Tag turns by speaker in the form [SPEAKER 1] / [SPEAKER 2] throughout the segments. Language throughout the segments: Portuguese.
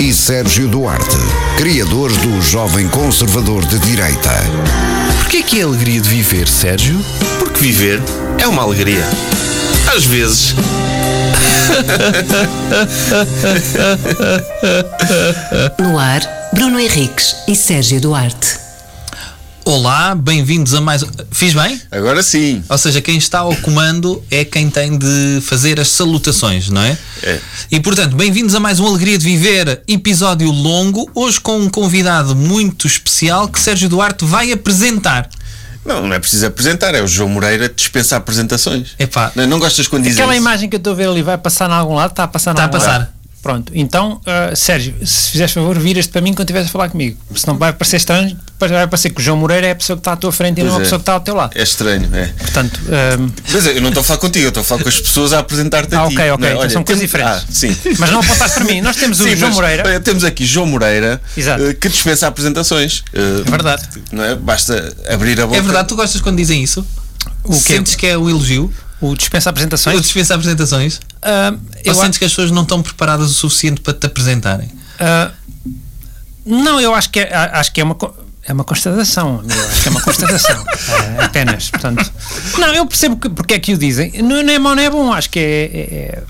[SPEAKER 1] e Sérgio Duarte, criadores do Jovem Conservador de Direita.
[SPEAKER 2] Porquê que é a alegria de viver, Sérgio?
[SPEAKER 3] Porque viver é uma alegria. Às vezes.
[SPEAKER 4] No ar, Bruno Henriques e Sérgio Duarte.
[SPEAKER 5] Olá, bem-vindos a mais. um- Fiz bem?
[SPEAKER 3] Agora sim.
[SPEAKER 5] Ou seja, quem está ao comando é quem tem de fazer as salutações, não é?
[SPEAKER 3] É.
[SPEAKER 5] E portanto, bem-vindos a mais um Alegria de Viver, episódio longo, hoje com um convidado muito especial que Sérgio Duarte vai apresentar.
[SPEAKER 3] Não, não é preciso apresentar, é o João Moreira que dispensa apresentações.
[SPEAKER 5] Epá. é
[SPEAKER 3] Não, não gostas quando dizem
[SPEAKER 6] É. Aquela
[SPEAKER 3] isso?
[SPEAKER 6] imagem que eu estou a ver ali vai passar em algum lado? Está a passar em
[SPEAKER 5] Está a
[SPEAKER 6] algum
[SPEAKER 5] passar.
[SPEAKER 6] lado? Pronto, então, ah, Sérgio, se fizeres favor, viras-te para mim quando estiveres a falar comigo. Senão vai parecer estranho, depois vai parecer que o João Moreira é a pessoa que está à tua frente e não
[SPEAKER 3] Pois
[SPEAKER 6] a
[SPEAKER 3] é.
[SPEAKER 6] pessoa que está ao teu lado.
[SPEAKER 3] É estranho, é.
[SPEAKER 6] Portanto, eh, ahm,
[SPEAKER 3] Mas eu não estou a falar contigo, eu estou a falar com as pessoas a apresentar-te a
[SPEAKER 6] Ah,
[SPEAKER 3] ti.
[SPEAKER 6] ok, ok,
[SPEAKER 3] Não é?
[SPEAKER 6] então são coisas
[SPEAKER 3] tem-
[SPEAKER 6] diferentes.
[SPEAKER 3] Ah, sim.
[SPEAKER 6] mas não apontaste para mim. Nós temos o
[SPEAKER 3] Sim,
[SPEAKER 6] João
[SPEAKER 3] mas,
[SPEAKER 6] Moreira.
[SPEAKER 3] eh, Temos aqui João Moreira
[SPEAKER 6] Exato.
[SPEAKER 3] eh, que dispensa apresentações. eh,
[SPEAKER 6] É verdade.
[SPEAKER 3] Não é? Basta abrir a boca.
[SPEAKER 5] É verdade, tu gostas quando dizem isso?
[SPEAKER 6] O quê?
[SPEAKER 5] Sentes que é um elogio?
[SPEAKER 6] O dispensa
[SPEAKER 5] Ou
[SPEAKER 6] apresentações.
[SPEAKER 5] dispensa apresentações?
[SPEAKER 6] Ahm,
[SPEAKER 5] Ou
[SPEAKER 6] eu
[SPEAKER 5] sentes
[SPEAKER 6] acho,
[SPEAKER 5] que as pessoas não estão preparadas o suficiente para te apresentarem?
[SPEAKER 6] ah, não, eu acho que é, a- acho que é uma. co- É uma constatação, amigo, acho que é uma constatação, ah, apenas, portanto. Não, eu percebo que, porque é que o dizem. Não, não é mau, não é bom, acho que é. é- é-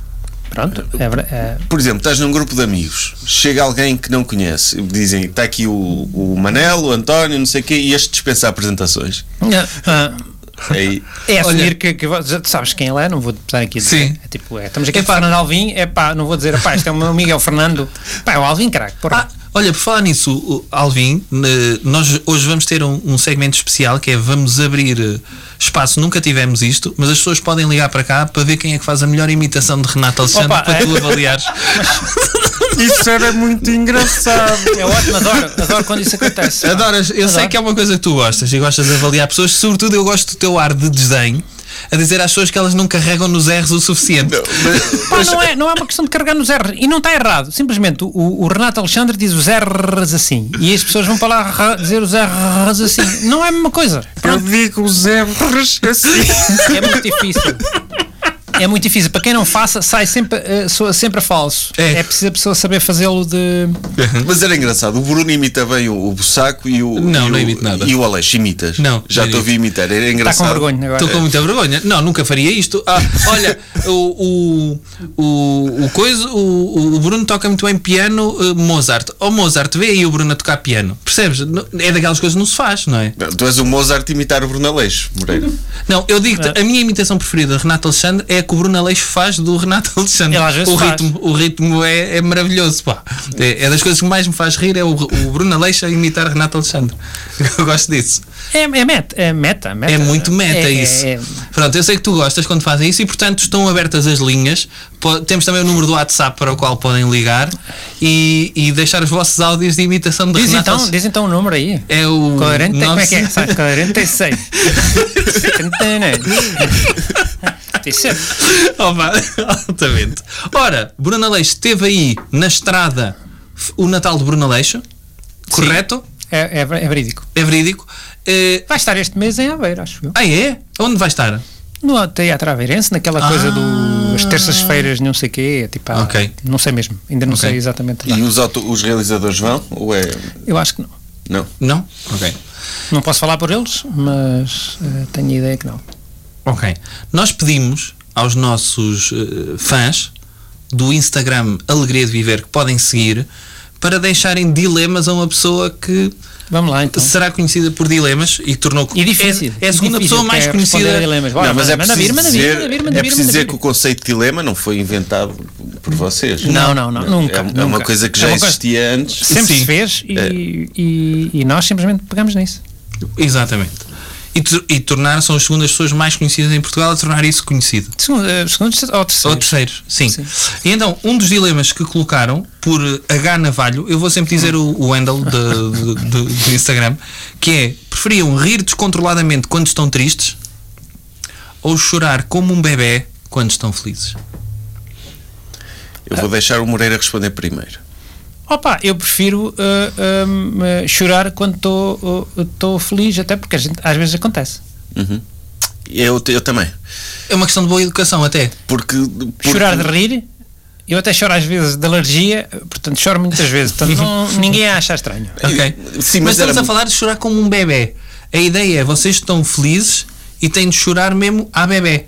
[SPEAKER 6] pronto, é, ver- é,
[SPEAKER 3] Por exemplo, estás num grupo de amigos, chega alguém que não conhece, dizem, está aqui o, o Manel, o António, não sei o quê, e este dispensa apresentações.
[SPEAKER 6] Ah,
[SPEAKER 3] Aí,
[SPEAKER 6] é assumir
[SPEAKER 5] Olha-
[SPEAKER 6] que, que vo- já sabes quem ele é, não vou estar aqui a dizer.
[SPEAKER 5] Sim.
[SPEAKER 6] É tipo, é, estamos aqui com
[SPEAKER 5] Epá.
[SPEAKER 6] o Fernando Alvim, é pá, não vou dizer, pá, este é o meu amigo, é o Fernando. Pá, é o Alvim, craque, porra.
[SPEAKER 5] Ah, olha, por falar nisso, o- Alvin, ne- nós hoje vamos ter um, um segmento especial que é vamos abrir eh, espaço, nunca tivemos isto, mas as pessoas podem ligar para cá para ver quem é que faz a melhor imitação de Renato Alexandre
[SPEAKER 6] Opa,
[SPEAKER 5] para
[SPEAKER 6] é.
[SPEAKER 5] tu avaliares.
[SPEAKER 6] Isso era muito engraçado. É ótimo, adoro, adoro quando isso acontece. pá.
[SPEAKER 5] Adoras, eu sei
[SPEAKER 6] Adoro.
[SPEAKER 5] que é uma coisa que tu gostas e gostas de avaliar pessoas, sobretudo eu gosto do teu ar de desdém a dizer às pessoas que elas não carregam nos erros o suficiente.
[SPEAKER 3] mas-
[SPEAKER 6] Pá, não, é, não é uma questão de carregar nos R. E não está errado. Simplesmente o, o Renato Alexandre diz os R's assim. E as pessoas vão para lá ra- dizer os R's assim. Não é a mesma coisa. Eu digo os R's assim. É muito difícil. É muito difícil. Para quem não faça, sai sempre, eh, soa sempre a falso.
[SPEAKER 5] É.
[SPEAKER 6] É, preciso a pessoa saber fazê-lo de. tá
[SPEAKER 3] mas era engraçado, o Bruno imita bem o, o Bussaco e o.
[SPEAKER 5] Não,
[SPEAKER 3] e
[SPEAKER 5] não
[SPEAKER 3] o,
[SPEAKER 5] imito nada.
[SPEAKER 3] E o Aleixo, imitas?
[SPEAKER 5] Não,
[SPEAKER 3] Já
[SPEAKER 5] não
[SPEAKER 3] te ouvi imitar, era
[SPEAKER 6] Está
[SPEAKER 3] engraçado.
[SPEAKER 6] Tá com vergonha né? agora.
[SPEAKER 5] Estou com muita vergonha. Não, nunca faria isto. Ah, olha, o, o, o, o coisa, o, o Bruno toca muito bem piano eh, Mozart. Ó Mozart, vê aí o Bruno a tocar piano. Percebes? Não- É daquelas coisas que não se faz, não é?
[SPEAKER 3] Não, Tu és o Mozart imitar o Bruno Aleixo, Moreira.
[SPEAKER 5] Não, eu
[SPEAKER 6] É.
[SPEAKER 5] digo-te, a minha imitação preferida de Renato Alexandre é a que o Bruno Aleixo faz do Renato Alexandre.
[SPEAKER 6] Ele às vezes
[SPEAKER 5] o,
[SPEAKER 6] faz.
[SPEAKER 5] ritmo, o ritmo é, é maravilhoso, pá. É, é das coisas que mais me faz rir, é o, o Bruno Aleixo a imitar Renato Alexandre. Eu gosto disso.
[SPEAKER 6] É, é meta, é meta, meta.
[SPEAKER 5] É muito meta
[SPEAKER 6] É- é-
[SPEAKER 5] isso.
[SPEAKER 6] é-
[SPEAKER 5] Pronto, eu sei que tu gostas quando fazem isso e, portanto, estão abertas as linhas. Po- Temos também o número do WhatsApp para o qual podem ligar e, e deixar os vossos áudios de imitação de
[SPEAKER 6] Diz,
[SPEAKER 5] Renato
[SPEAKER 6] então,
[SPEAKER 5] Alce-
[SPEAKER 6] diz então o número aí.
[SPEAKER 5] É o.
[SPEAKER 6] 40, como é que é?
[SPEAKER 5] nosso-
[SPEAKER 6] Sabe, 46. 77.
[SPEAKER 5] Opa, altamente. Ora, Bruno Aleixo esteve aí na estrada f- o Natal de Bruno Aleixo, correto?
[SPEAKER 6] É, é, ver- é verídico.
[SPEAKER 5] É verídico. Eh,
[SPEAKER 6] Vai estar este mês em Aveiro, acho eu.
[SPEAKER 5] ah, é? Onde vai estar?
[SPEAKER 6] No Teatro Aveirense, naquela coisa do as terças-feiras, não sei o quê. Tipo, há-
[SPEAKER 5] Ah. Ok.
[SPEAKER 6] Não sei mesmo. Ainda não
[SPEAKER 5] Ok.
[SPEAKER 6] sei exatamente. a
[SPEAKER 3] E
[SPEAKER 6] data.
[SPEAKER 3] os, auto- os realizadores vão? Ou é.
[SPEAKER 6] Eu acho que não.
[SPEAKER 3] Não.
[SPEAKER 5] Não? Ok.
[SPEAKER 6] Não posso falar por eles, mas eh, tenho a ideia que não.
[SPEAKER 5] Ok. Nós pedimos aos nossos eh, fãs do Instagram Alegria de Viver que podem seguir para deixarem dilemas a uma pessoa que
[SPEAKER 6] Vamos lá então.
[SPEAKER 5] será conhecida por dilemas e tornou
[SPEAKER 6] E difícil.
[SPEAKER 5] É, é a segunda
[SPEAKER 6] difícil
[SPEAKER 5] pessoa mais
[SPEAKER 6] que é responder a
[SPEAKER 5] conhecida.
[SPEAKER 6] dilemas. Bora,
[SPEAKER 3] não, mas é
[SPEAKER 6] manda, manda vir,
[SPEAKER 3] preciso
[SPEAKER 6] manda
[SPEAKER 3] dizer,
[SPEAKER 6] vir, manda vir, manda
[SPEAKER 3] é
[SPEAKER 6] vir,
[SPEAKER 3] preciso
[SPEAKER 6] manda
[SPEAKER 3] dizer
[SPEAKER 6] vir.
[SPEAKER 3] que o conceito de dilema não foi inventado por vocês.
[SPEAKER 6] Não, não, não, nunca,
[SPEAKER 3] É, é
[SPEAKER 6] nunca.
[SPEAKER 3] uma coisa que
[SPEAKER 6] É
[SPEAKER 3] já
[SPEAKER 6] uma coisa-
[SPEAKER 3] existia antes. É.
[SPEAKER 6] Sempre
[SPEAKER 5] Sim.
[SPEAKER 6] se fez e, e- e nós simplesmente pegamos nisso.
[SPEAKER 5] Exatamente. E, tu- e tornar são as segundas pessoas mais conhecidas em Portugal a tornar isso conhecido.
[SPEAKER 6] Segundo, eh, segundo ou terceiro?
[SPEAKER 5] Ou terceiros, sim. E então, um dos dilemas que colocaram por eh, H Navalho, eu vou sempre dizer o, o handle de- de- de- do Instagram, que é: preferiam rir descontroladamente quando estão tristes ou chorar como um bebê quando estão felizes?
[SPEAKER 3] Eu vou deixar o Moreira responder primeiro.
[SPEAKER 6] Opa, eu prefiro ah, ah, ah, chorar quando estou feliz, até porque a gente- às vezes acontece.
[SPEAKER 3] Eu, eu também.
[SPEAKER 5] É uma questão de boa educação, até.
[SPEAKER 3] Porque, porque-
[SPEAKER 6] Chorar de rir Eu até choro às vezes de alergia, portanto choro muitas vezes. Portanto, não- ninguém acha estranho.
[SPEAKER 5] Ok.
[SPEAKER 3] Sim,
[SPEAKER 5] mas
[SPEAKER 3] mas era
[SPEAKER 5] estamos a
[SPEAKER 3] mu-
[SPEAKER 5] falar de chorar como um bebê. A ideia é vocês estão felizes e têm de chorar mesmo à bebê.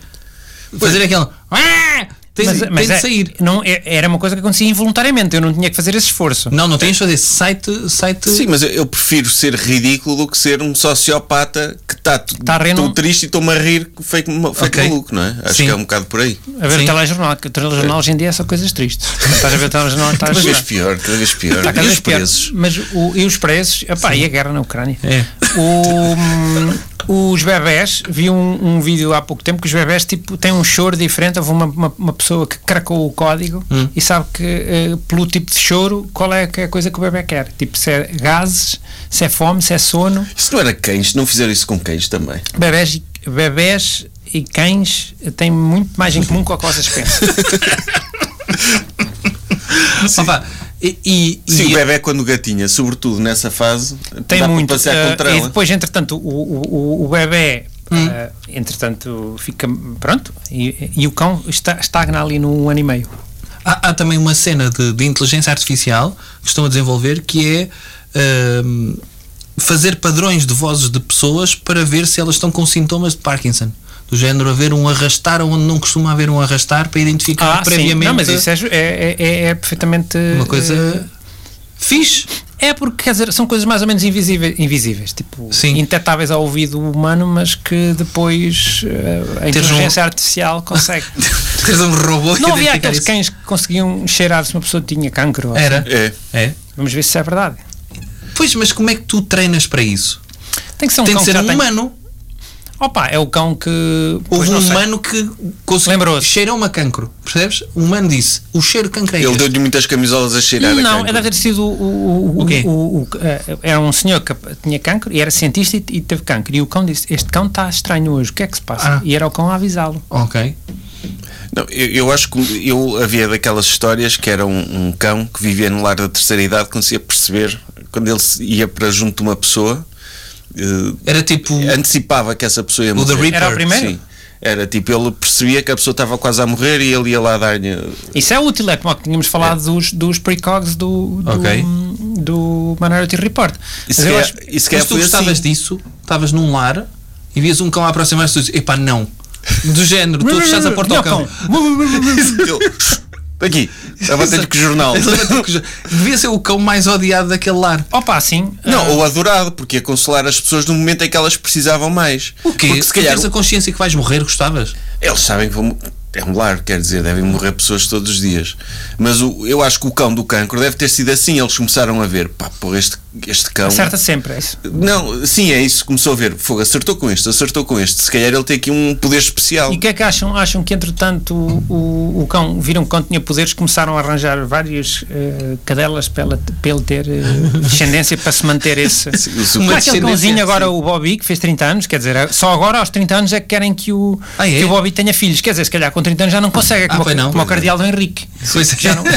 [SPEAKER 5] Fazer aquela. "Ah!" Tem,
[SPEAKER 6] Mas-
[SPEAKER 5] tem
[SPEAKER 6] mas
[SPEAKER 5] de
[SPEAKER 6] é-
[SPEAKER 5] sair.
[SPEAKER 6] não, é- era uma coisa que acontecia involuntariamente, eu não tinha que fazer esse esforço.
[SPEAKER 5] Não, não tens de fazer site. site
[SPEAKER 3] Sim, mas eu, eu prefiro ser ridículo do que ser um sociopata que está
[SPEAKER 6] Tá a rir
[SPEAKER 3] tão
[SPEAKER 6] num-
[SPEAKER 3] triste e estou-me a rir feito
[SPEAKER 5] Ok.
[SPEAKER 3] maluco, não é? Acho
[SPEAKER 5] Sim.
[SPEAKER 3] que é um bocado por aí.
[SPEAKER 6] A ver
[SPEAKER 5] Sim.
[SPEAKER 6] o telejornal, que o telejornal hoje em dia é só coisas tristes. Estás a ver o telejornal, estás
[SPEAKER 5] é.
[SPEAKER 3] Cada
[SPEAKER 6] a
[SPEAKER 3] vez
[SPEAKER 6] chorar.
[SPEAKER 3] pior, cada vez pior.
[SPEAKER 6] Está é. Tá cada
[SPEAKER 3] e
[SPEAKER 6] vez
[SPEAKER 3] os
[SPEAKER 6] pior.
[SPEAKER 3] presos?
[SPEAKER 6] Mas o, e os preços? Epá, e a guerra na Ucrânia?
[SPEAKER 5] É.
[SPEAKER 6] O- os bebés, vi um, um vídeo há pouco tempo que os bebés tipo, têm um choro diferente. Houve uma, uma, uma pessoa que cracou o código
[SPEAKER 3] Hum.
[SPEAKER 6] e sabe que eh, pelo tipo de choro qual é que é a coisa que o bebê quer. Tipo, se é gases, se é fome, se é sono.
[SPEAKER 3] Isso não era cães, não fizeram isso com cães também.
[SPEAKER 6] Bebés e, bebés e cães têm muito mais em comum com o que vocês pensam.
[SPEAKER 5] Opa, e, e,
[SPEAKER 3] Sim,
[SPEAKER 5] e-
[SPEAKER 3] o bebê quando gatinha, sobretudo nessa fase,
[SPEAKER 6] Tem
[SPEAKER 3] dá
[SPEAKER 6] muito.
[SPEAKER 3] para passear
[SPEAKER 6] eh,
[SPEAKER 3] contra
[SPEAKER 6] e
[SPEAKER 3] ela.
[SPEAKER 6] depois, entretanto, o, o, o- o bebê, eh, entretanto, fica pronto e, e o cão está, estagna ali num ano e meio.
[SPEAKER 5] Há, há também uma cena de, de inteligência artificial que estão a desenvolver que é ahm, fazer padrões de vozes de pessoas para ver se elas estão com sintomas de Parkinson. Do género haver um arrastar onde não costuma haver um arrastar para identificar previamente
[SPEAKER 6] Ah, Não, mas isso é, ju- é, é- é- é perfeitamente.
[SPEAKER 5] uma coisa
[SPEAKER 6] eh,
[SPEAKER 5] fixe.
[SPEAKER 6] É porque, quer dizer, são coisas mais ou menos invisíveis, invisíveis tipo,
[SPEAKER 5] Sim.
[SPEAKER 6] intetáveis ao ouvido humano, mas que depois eh, a
[SPEAKER 5] Teres um-
[SPEAKER 6] inteligência artificial consegue.
[SPEAKER 5] Teres um robô que
[SPEAKER 6] é- Não havia
[SPEAKER 5] identifica
[SPEAKER 6] aqueles
[SPEAKER 5] isso.
[SPEAKER 6] cães que conseguiam cheirar se uma pessoa tinha cancro. ou assim.
[SPEAKER 5] Era.
[SPEAKER 3] É.
[SPEAKER 5] É.
[SPEAKER 6] Vamos ver se isso é verdade.
[SPEAKER 5] Pois, mas como é que tu treinas para isso?
[SPEAKER 6] Tem que ser um
[SPEAKER 5] Tem
[SPEAKER 6] cão
[SPEAKER 5] de ser
[SPEAKER 6] que
[SPEAKER 5] um
[SPEAKER 6] já tem-
[SPEAKER 5] humano.
[SPEAKER 6] Opa, é o cão que. pois
[SPEAKER 5] Houve
[SPEAKER 6] não
[SPEAKER 5] um
[SPEAKER 6] sei.
[SPEAKER 5] humano que conseguiu.
[SPEAKER 6] Lembrou-se.
[SPEAKER 5] Cheirou-me a cancro. Percebes? O humano disse: o cheiro de cancro é
[SPEAKER 3] Ele
[SPEAKER 5] este.
[SPEAKER 3] deu-lhe muitas camisolas a cheirar a
[SPEAKER 6] Não, é
[SPEAKER 3] cancro.
[SPEAKER 6] deve ter sido o. o,
[SPEAKER 5] O
[SPEAKER 6] o,
[SPEAKER 5] quê?
[SPEAKER 6] o- o- eh, era um senhor que tinha cancro e era cientista e, e teve cancro. E o cão disse: Este cão está estranho hoje, o que é que se passa?
[SPEAKER 5] Ah.
[SPEAKER 6] E era o cão a avisá-lo.
[SPEAKER 5] Ok.
[SPEAKER 3] Não, eu, eu acho que eu havia daquelas histórias que era um, um cão que vivia no lar da terceira idade, conseguia perceber quando ele se- ia para junto de uma pessoa, eh,
[SPEAKER 5] Era tipo.
[SPEAKER 3] antecipava que essa pessoa ia
[SPEAKER 5] The
[SPEAKER 3] morrer.
[SPEAKER 5] Reaper. Era o
[SPEAKER 6] primeiro?
[SPEAKER 3] Sim. Era tipo, ele percebia que a pessoa estava quase a morrer e ele ia lá dar-lhe.
[SPEAKER 6] Isso é útil, é como tínhamos falado dos, dos precogs do, do,
[SPEAKER 5] Ok.
[SPEAKER 6] do Minority Report. Mas
[SPEAKER 3] Isso
[SPEAKER 6] eu
[SPEAKER 3] que é-
[SPEAKER 6] acho-
[SPEAKER 3] isso que é
[SPEAKER 5] Mas tu
[SPEAKER 3] foi
[SPEAKER 5] gostavas
[SPEAKER 3] assim.
[SPEAKER 5] disso, estavas num lar e vias um cão a aproximar-se e tu dizes, epá, não. Do género, tu fechaste a porta ao
[SPEAKER 6] Melhor
[SPEAKER 5] cão.
[SPEAKER 3] Ele, Aqui, estava a ter que jornal.
[SPEAKER 5] Devia ser o cão mais odiado daquele lar.
[SPEAKER 6] Opa, sim.
[SPEAKER 3] Não, ou adorado, porque ia consolar as pessoas no momento em que elas precisavam mais.
[SPEAKER 5] O quê?
[SPEAKER 3] Porque
[SPEAKER 5] se
[SPEAKER 3] se calhar
[SPEAKER 5] tens a consciência que vais morrer, gostavas?
[SPEAKER 3] Eles sabem que vão. É um lar, quer dizer, devem morrer pessoas todos os dias. Mas o- eu acho que o cão do cancro deve ter sido assim. Eles começaram a ver, pá, pô, este, este cão.
[SPEAKER 6] Acerta sempre, é isso.
[SPEAKER 3] Não, sim, é isso. Começou a ver, fogo, acertou com este, acertou com este. Se calhar ele tem aqui um poder especial.
[SPEAKER 6] E o que é que acham? Acham que, entretanto, o, o, o cão viram que o cão tinha poderes, começaram a arranjar várias eh, cadelas para, ela- para ele ter eh, descendência para se manter esse.
[SPEAKER 3] o super-
[SPEAKER 6] Como aquele
[SPEAKER 5] descendência,
[SPEAKER 6] cãozinho agora,
[SPEAKER 5] sim.
[SPEAKER 6] o Bobby, que fez 30 anos, quer dizer, só agora aos 30 anos é que querem que o,
[SPEAKER 5] Ah, é? Ah,
[SPEAKER 6] que o Bobby tenha filhos. Quer dizer, se calhar com 30 anos já não consegue, é como,
[SPEAKER 5] pois
[SPEAKER 6] o-
[SPEAKER 5] não.
[SPEAKER 6] como o cardeal do Henrique.
[SPEAKER 5] Pois é.
[SPEAKER 6] Que já não. que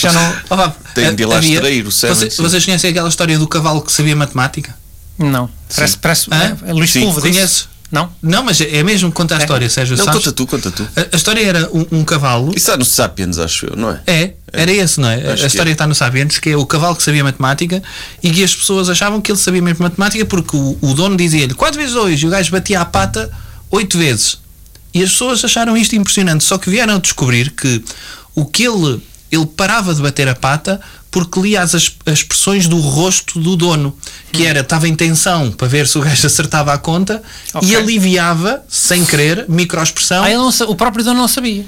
[SPEAKER 6] já não.
[SPEAKER 5] Opa,
[SPEAKER 3] Tem de ir lá
[SPEAKER 5] havia-
[SPEAKER 3] extrair o cérebro,
[SPEAKER 5] Vocês-
[SPEAKER 3] sim.
[SPEAKER 5] Vocês conhecem aquela história do cavalo que sabia matemática?
[SPEAKER 6] Não. Parece. parece
[SPEAKER 5] Hã?
[SPEAKER 6] é, Luís
[SPEAKER 3] Sim,
[SPEAKER 6] Pulvo,
[SPEAKER 5] conheço.
[SPEAKER 6] Não?
[SPEAKER 5] Não, mas é mesmo, conta a história, Sérgio.
[SPEAKER 3] Não,
[SPEAKER 5] sabes?
[SPEAKER 3] conta tu, conta tu.
[SPEAKER 5] A, a história era um, um cavalo.
[SPEAKER 3] Isso está nos Sapiens, acho eu, não é?
[SPEAKER 5] É, era esse, não é? A- A
[SPEAKER 3] Acho que
[SPEAKER 5] história
[SPEAKER 3] é.
[SPEAKER 5] está no Sapiens, que é o cavalo que sabia matemática e que as pessoas achavam que ele sabia mesmo matemática porque o, o dono dizia-lhe 4 vezes 2 e o gajo batia a pata 8 vezes. E as pessoas acharam isto impressionante, só que vieram a descobrir que o que ele, ele parava de bater a pata porque lia as, as expressões do rosto do dono, que era, estava em tensão para ver se o gajo acertava a conta e
[SPEAKER 6] Ok.
[SPEAKER 5] aliviava, sem querer, microexpressão.
[SPEAKER 6] Ah, ele não sa- o próprio dono não sabia.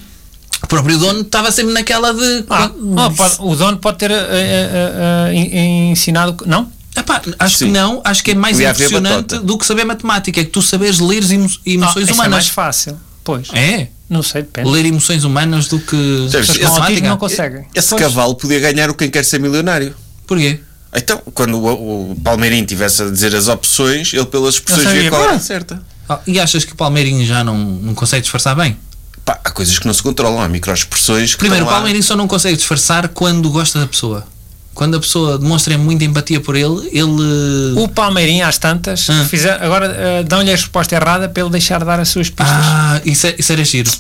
[SPEAKER 5] O próprio dono estava sempre naquela de.
[SPEAKER 6] Ah, ah, pode- o dono pode ter eh, eh, eh, en- ensinado. Não?
[SPEAKER 5] Epá, acho que
[SPEAKER 3] Sim.
[SPEAKER 5] não, acho que é mais
[SPEAKER 3] Devia haver
[SPEAKER 5] impressionante
[SPEAKER 3] batota.
[SPEAKER 5] do que saber matemática, é que tu sabes ler emo- emoções
[SPEAKER 6] Ah, isso é mais
[SPEAKER 5] humanas.
[SPEAKER 6] fácil. Pois.
[SPEAKER 5] É,
[SPEAKER 6] Não sei, depende.
[SPEAKER 5] ler emoções humanas do que
[SPEAKER 3] Sabes,
[SPEAKER 5] Sabes,
[SPEAKER 3] esse-
[SPEAKER 5] matemática.
[SPEAKER 6] não conseguem.
[SPEAKER 3] Esse
[SPEAKER 6] Oh, Pois.
[SPEAKER 3] cavalo podia ganhar o Quem Quer Ser Milionário.
[SPEAKER 5] Porquê?
[SPEAKER 3] Então, quando o, o Palmeirinho tivesse a dizer as opções, ele pelas expressões
[SPEAKER 6] sabia.
[SPEAKER 3] via qual era
[SPEAKER 6] Ah.
[SPEAKER 3] a certa.
[SPEAKER 5] Ah, e achas que o Palmeirinho já não, não consegue disfarçar bem?
[SPEAKER 3] Pá, há coisas que não se controlam, há microexpressões que
[SPEAKER 5] Primeiro, o
[SPEAKER 3] estão lá.
[SPEAKER 5] Palmeirinho só não consegue disfarçar quando gosta da pessoa. Quando a pessoa demonstra muita empatia por ele, ele.
[SPEAKER 6] O Palmeirinho, às tantas,
[SPEAKER 5] Ah.
[SPEAKER 6] fizer- agora eh, dão-lhe a resposta errada para ele deixar de dar as suas pistas.
[SPEAKER 5] Ah, isso, é- isso era giro.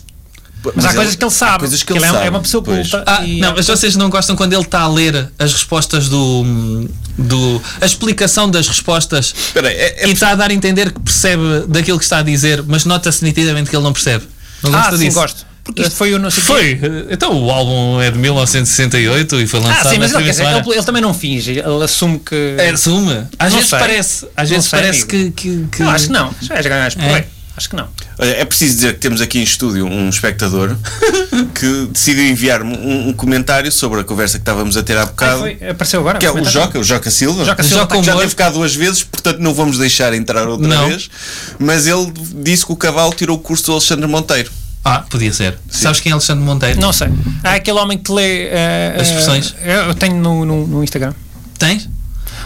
[SPEAKER 6] Mas, há coisas que ele sabe.
[SPEAKER 3] coisas que
[SPEAKER 6] que
[SPEAKER 3] ele
[SPEAKER 6] é-
[SPEAKER 3] sabe,
[SPEAKER 6] É uma pessoa
[SPEAKER 3] pois.
[SPEAKER 6] culta.
[SPEAKER 5] Ah,
[SPEAKER 6] e-
[SPEAKER 5] não, mas vocês não gostam quando ele está a ler as respostas do. do a explicação das respostas
[SPEAKER 3] Espera aí, é- é-
[SPEAKER 5] e está a dar a entender que percebe daquilo que está a dizer, mas nota-se nitidamente que ele não percebe. Não
[SPEAKER 6] Ah,
[SPEAKER 5] gosta
[SPEAKER 6] sim,
[SPEAKER 5] disso.
[SPEAKER 6] gosto. Porque isto foi o não sei quê.
[SPEAKER 5] Foi, então o álbum é de 1968 e foi
[SPEAKER 6] Ah,
[SPEAKER 5] lançado
[SPEAKER 6] sim, mas
[SPEAKER 5] nesta
[SPEAKER 6] ele, quer dizer,
[SPEAKER 5] emissora.
[SPEAKER 6] ele, ele também não finge. Ele assume que.
[SPEAKER 5] É, Assume. Às
[SPEAKER 6] Não
[SPEAKER 5] vezes
[SPEAKER 6] sei.
[SPEAKER 5] parece. Às
[SPEAKER 6] Não
[SPEAKER 5] vezes
[SPEAKER 6] sei,
[SPEAKER 5] parece que,
[SPEAKER 6] amigo.
[SPEAKER 5] que, que-
[SPEAKER 6] Não, acho que não. Já és ganhas por
[SPEAKER 5] É.
[SPEAKER 6] aí. Acho que não.
[SPEAKER 3] Olha, é preciso dizer que temos aqui em estúdio um espectador que decidiu enviar-me um, um comentário sobre a conversa que estávamos a ter há
[SPEAKER 6] Ah,
[SPEAKER 3] bocado.
[SPEAKER 6] foi, apareceu agora.
[SPEAKER 3] que é o
[SPEAKER 6] comentário.
[SPEAKER 3] Joca, o Joca Silva.
[SPEAKER 6] tá Joca
[SPEAKER 3] O
[SPEAKER 6] Silva tá
[SPEAKER 5] Joca
[SPEAKER 3] que já
[SPEAKER 5] Humor.
[SPEAKER 3] teve cá duas vezes, portanto não vamos deixar entrar outra
[SPEAKER 5] Não.
[SPEAKER 3] vez. Mas ele disse que o cavalo tirou o curso do Alexandre Monteiro.
[SPEAKER 5] Ah, podia ser. Sabes quem é Alexandre Monteiro?
[SPEAKER 6] Não sei. Há aquele homem que te lê. eh,
[SPEAKER 5] As
[SPEAKER 6] eh,
[SPEAKER 5] expressões?
[SPEAKER 6] Eu eu tenho no, no, no Instagram.
[SPEAKER 5] Tens? é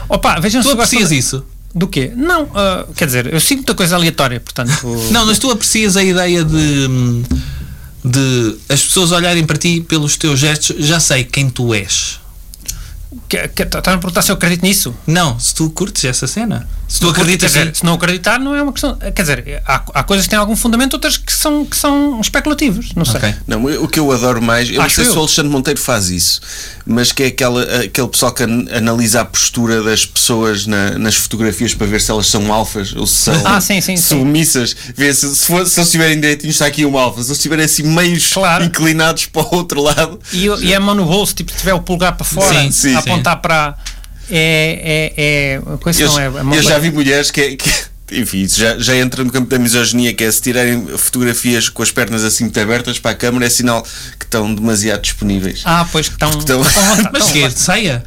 [SPEAKER 6] Opa, vejam
[SPEAKER 5] Tu é
[SPEAKER 6] se gostam
[SPEAKER 5] aprecias
[SPEAKER 6] de-
[SPEAKER 5] isso?
[SPEAKER 6] Do quê? Não, ah, quer dizer, eu sinto muita coisa aleatória, portanto.
[SPEAKER 5] Não, mas tu aprecias a ideia de. hum, de as pessoas olharem para ti pelos teus gestos, já sei quem tu és.
[SPEAKER 6] Estás tá, a perguntar se eu acredito nisso?
[SPEAKER 5] Não, se tu curtes essa cena. Se tu
[SPEAKER 6] Quer
[SPEAKER 5] acreditas
[SPEAKER 6] dizer,
[SPEAKER 5] em.
[SPEAKER 6] se não acreditar, não é uma questão. Quer dizer, há, há coisas que têm algum fundamento, outras que são, que são especulativas. Não sei.
[SPEAKER 5] Ok.
[SPEAKER 3] Não, eu- o que eu adoro mais, eu não
[SPEAKER 6] Acho
[SPEAKER 3] sei se
[SPEAKER 6] eu.
[SPEAKER 3] o Alexandre Monteiro faz isso, mas que é aquela, aquele pessoal que an- analisa a postura das pessoas na- nas fotografias para ver se elas são alfas ou se são
[SPEAKER 6] Ah, sim, sim, sim.
[SPEAKER 3] submissas. Vê se, se, for, se eles estiverem direitinhos, está aqui um alfa. Se eles estiverem assim meio
[SPEAKER 6] Claro.
[SPEAKER 3] inclinados para o outro lado,
[SPEAKER 6] E, eu- e a mão no bolso, tipo, se tiver o pulgar para fora,
[SPEAKER 5] Sim, sim,
[SPEAKER 6] a
[SPEAKER 5] sim.
[SPEAKER 6] apontar para. É. é, é a coisa
[SPEAKER 3] Eu,
[SPEAKER 6] não é. a mão
[SPEAKER 3] eu já
[SPEAKER 6] leve.
[SPEAKER 3] vi mulheres que, que- enfim, isso já, já entra no campo da misoginia, que é se tirarem fotografias com as pernas assim muito abertas para a câmara, é sinal que estão demasiado disponíveis.
[SPEAKER 6] Ah, pois que estão.
[SPEAKER 3] estão-
[SPEAKER 6] estão-
[SPEAKER 5] Mas que é? saia.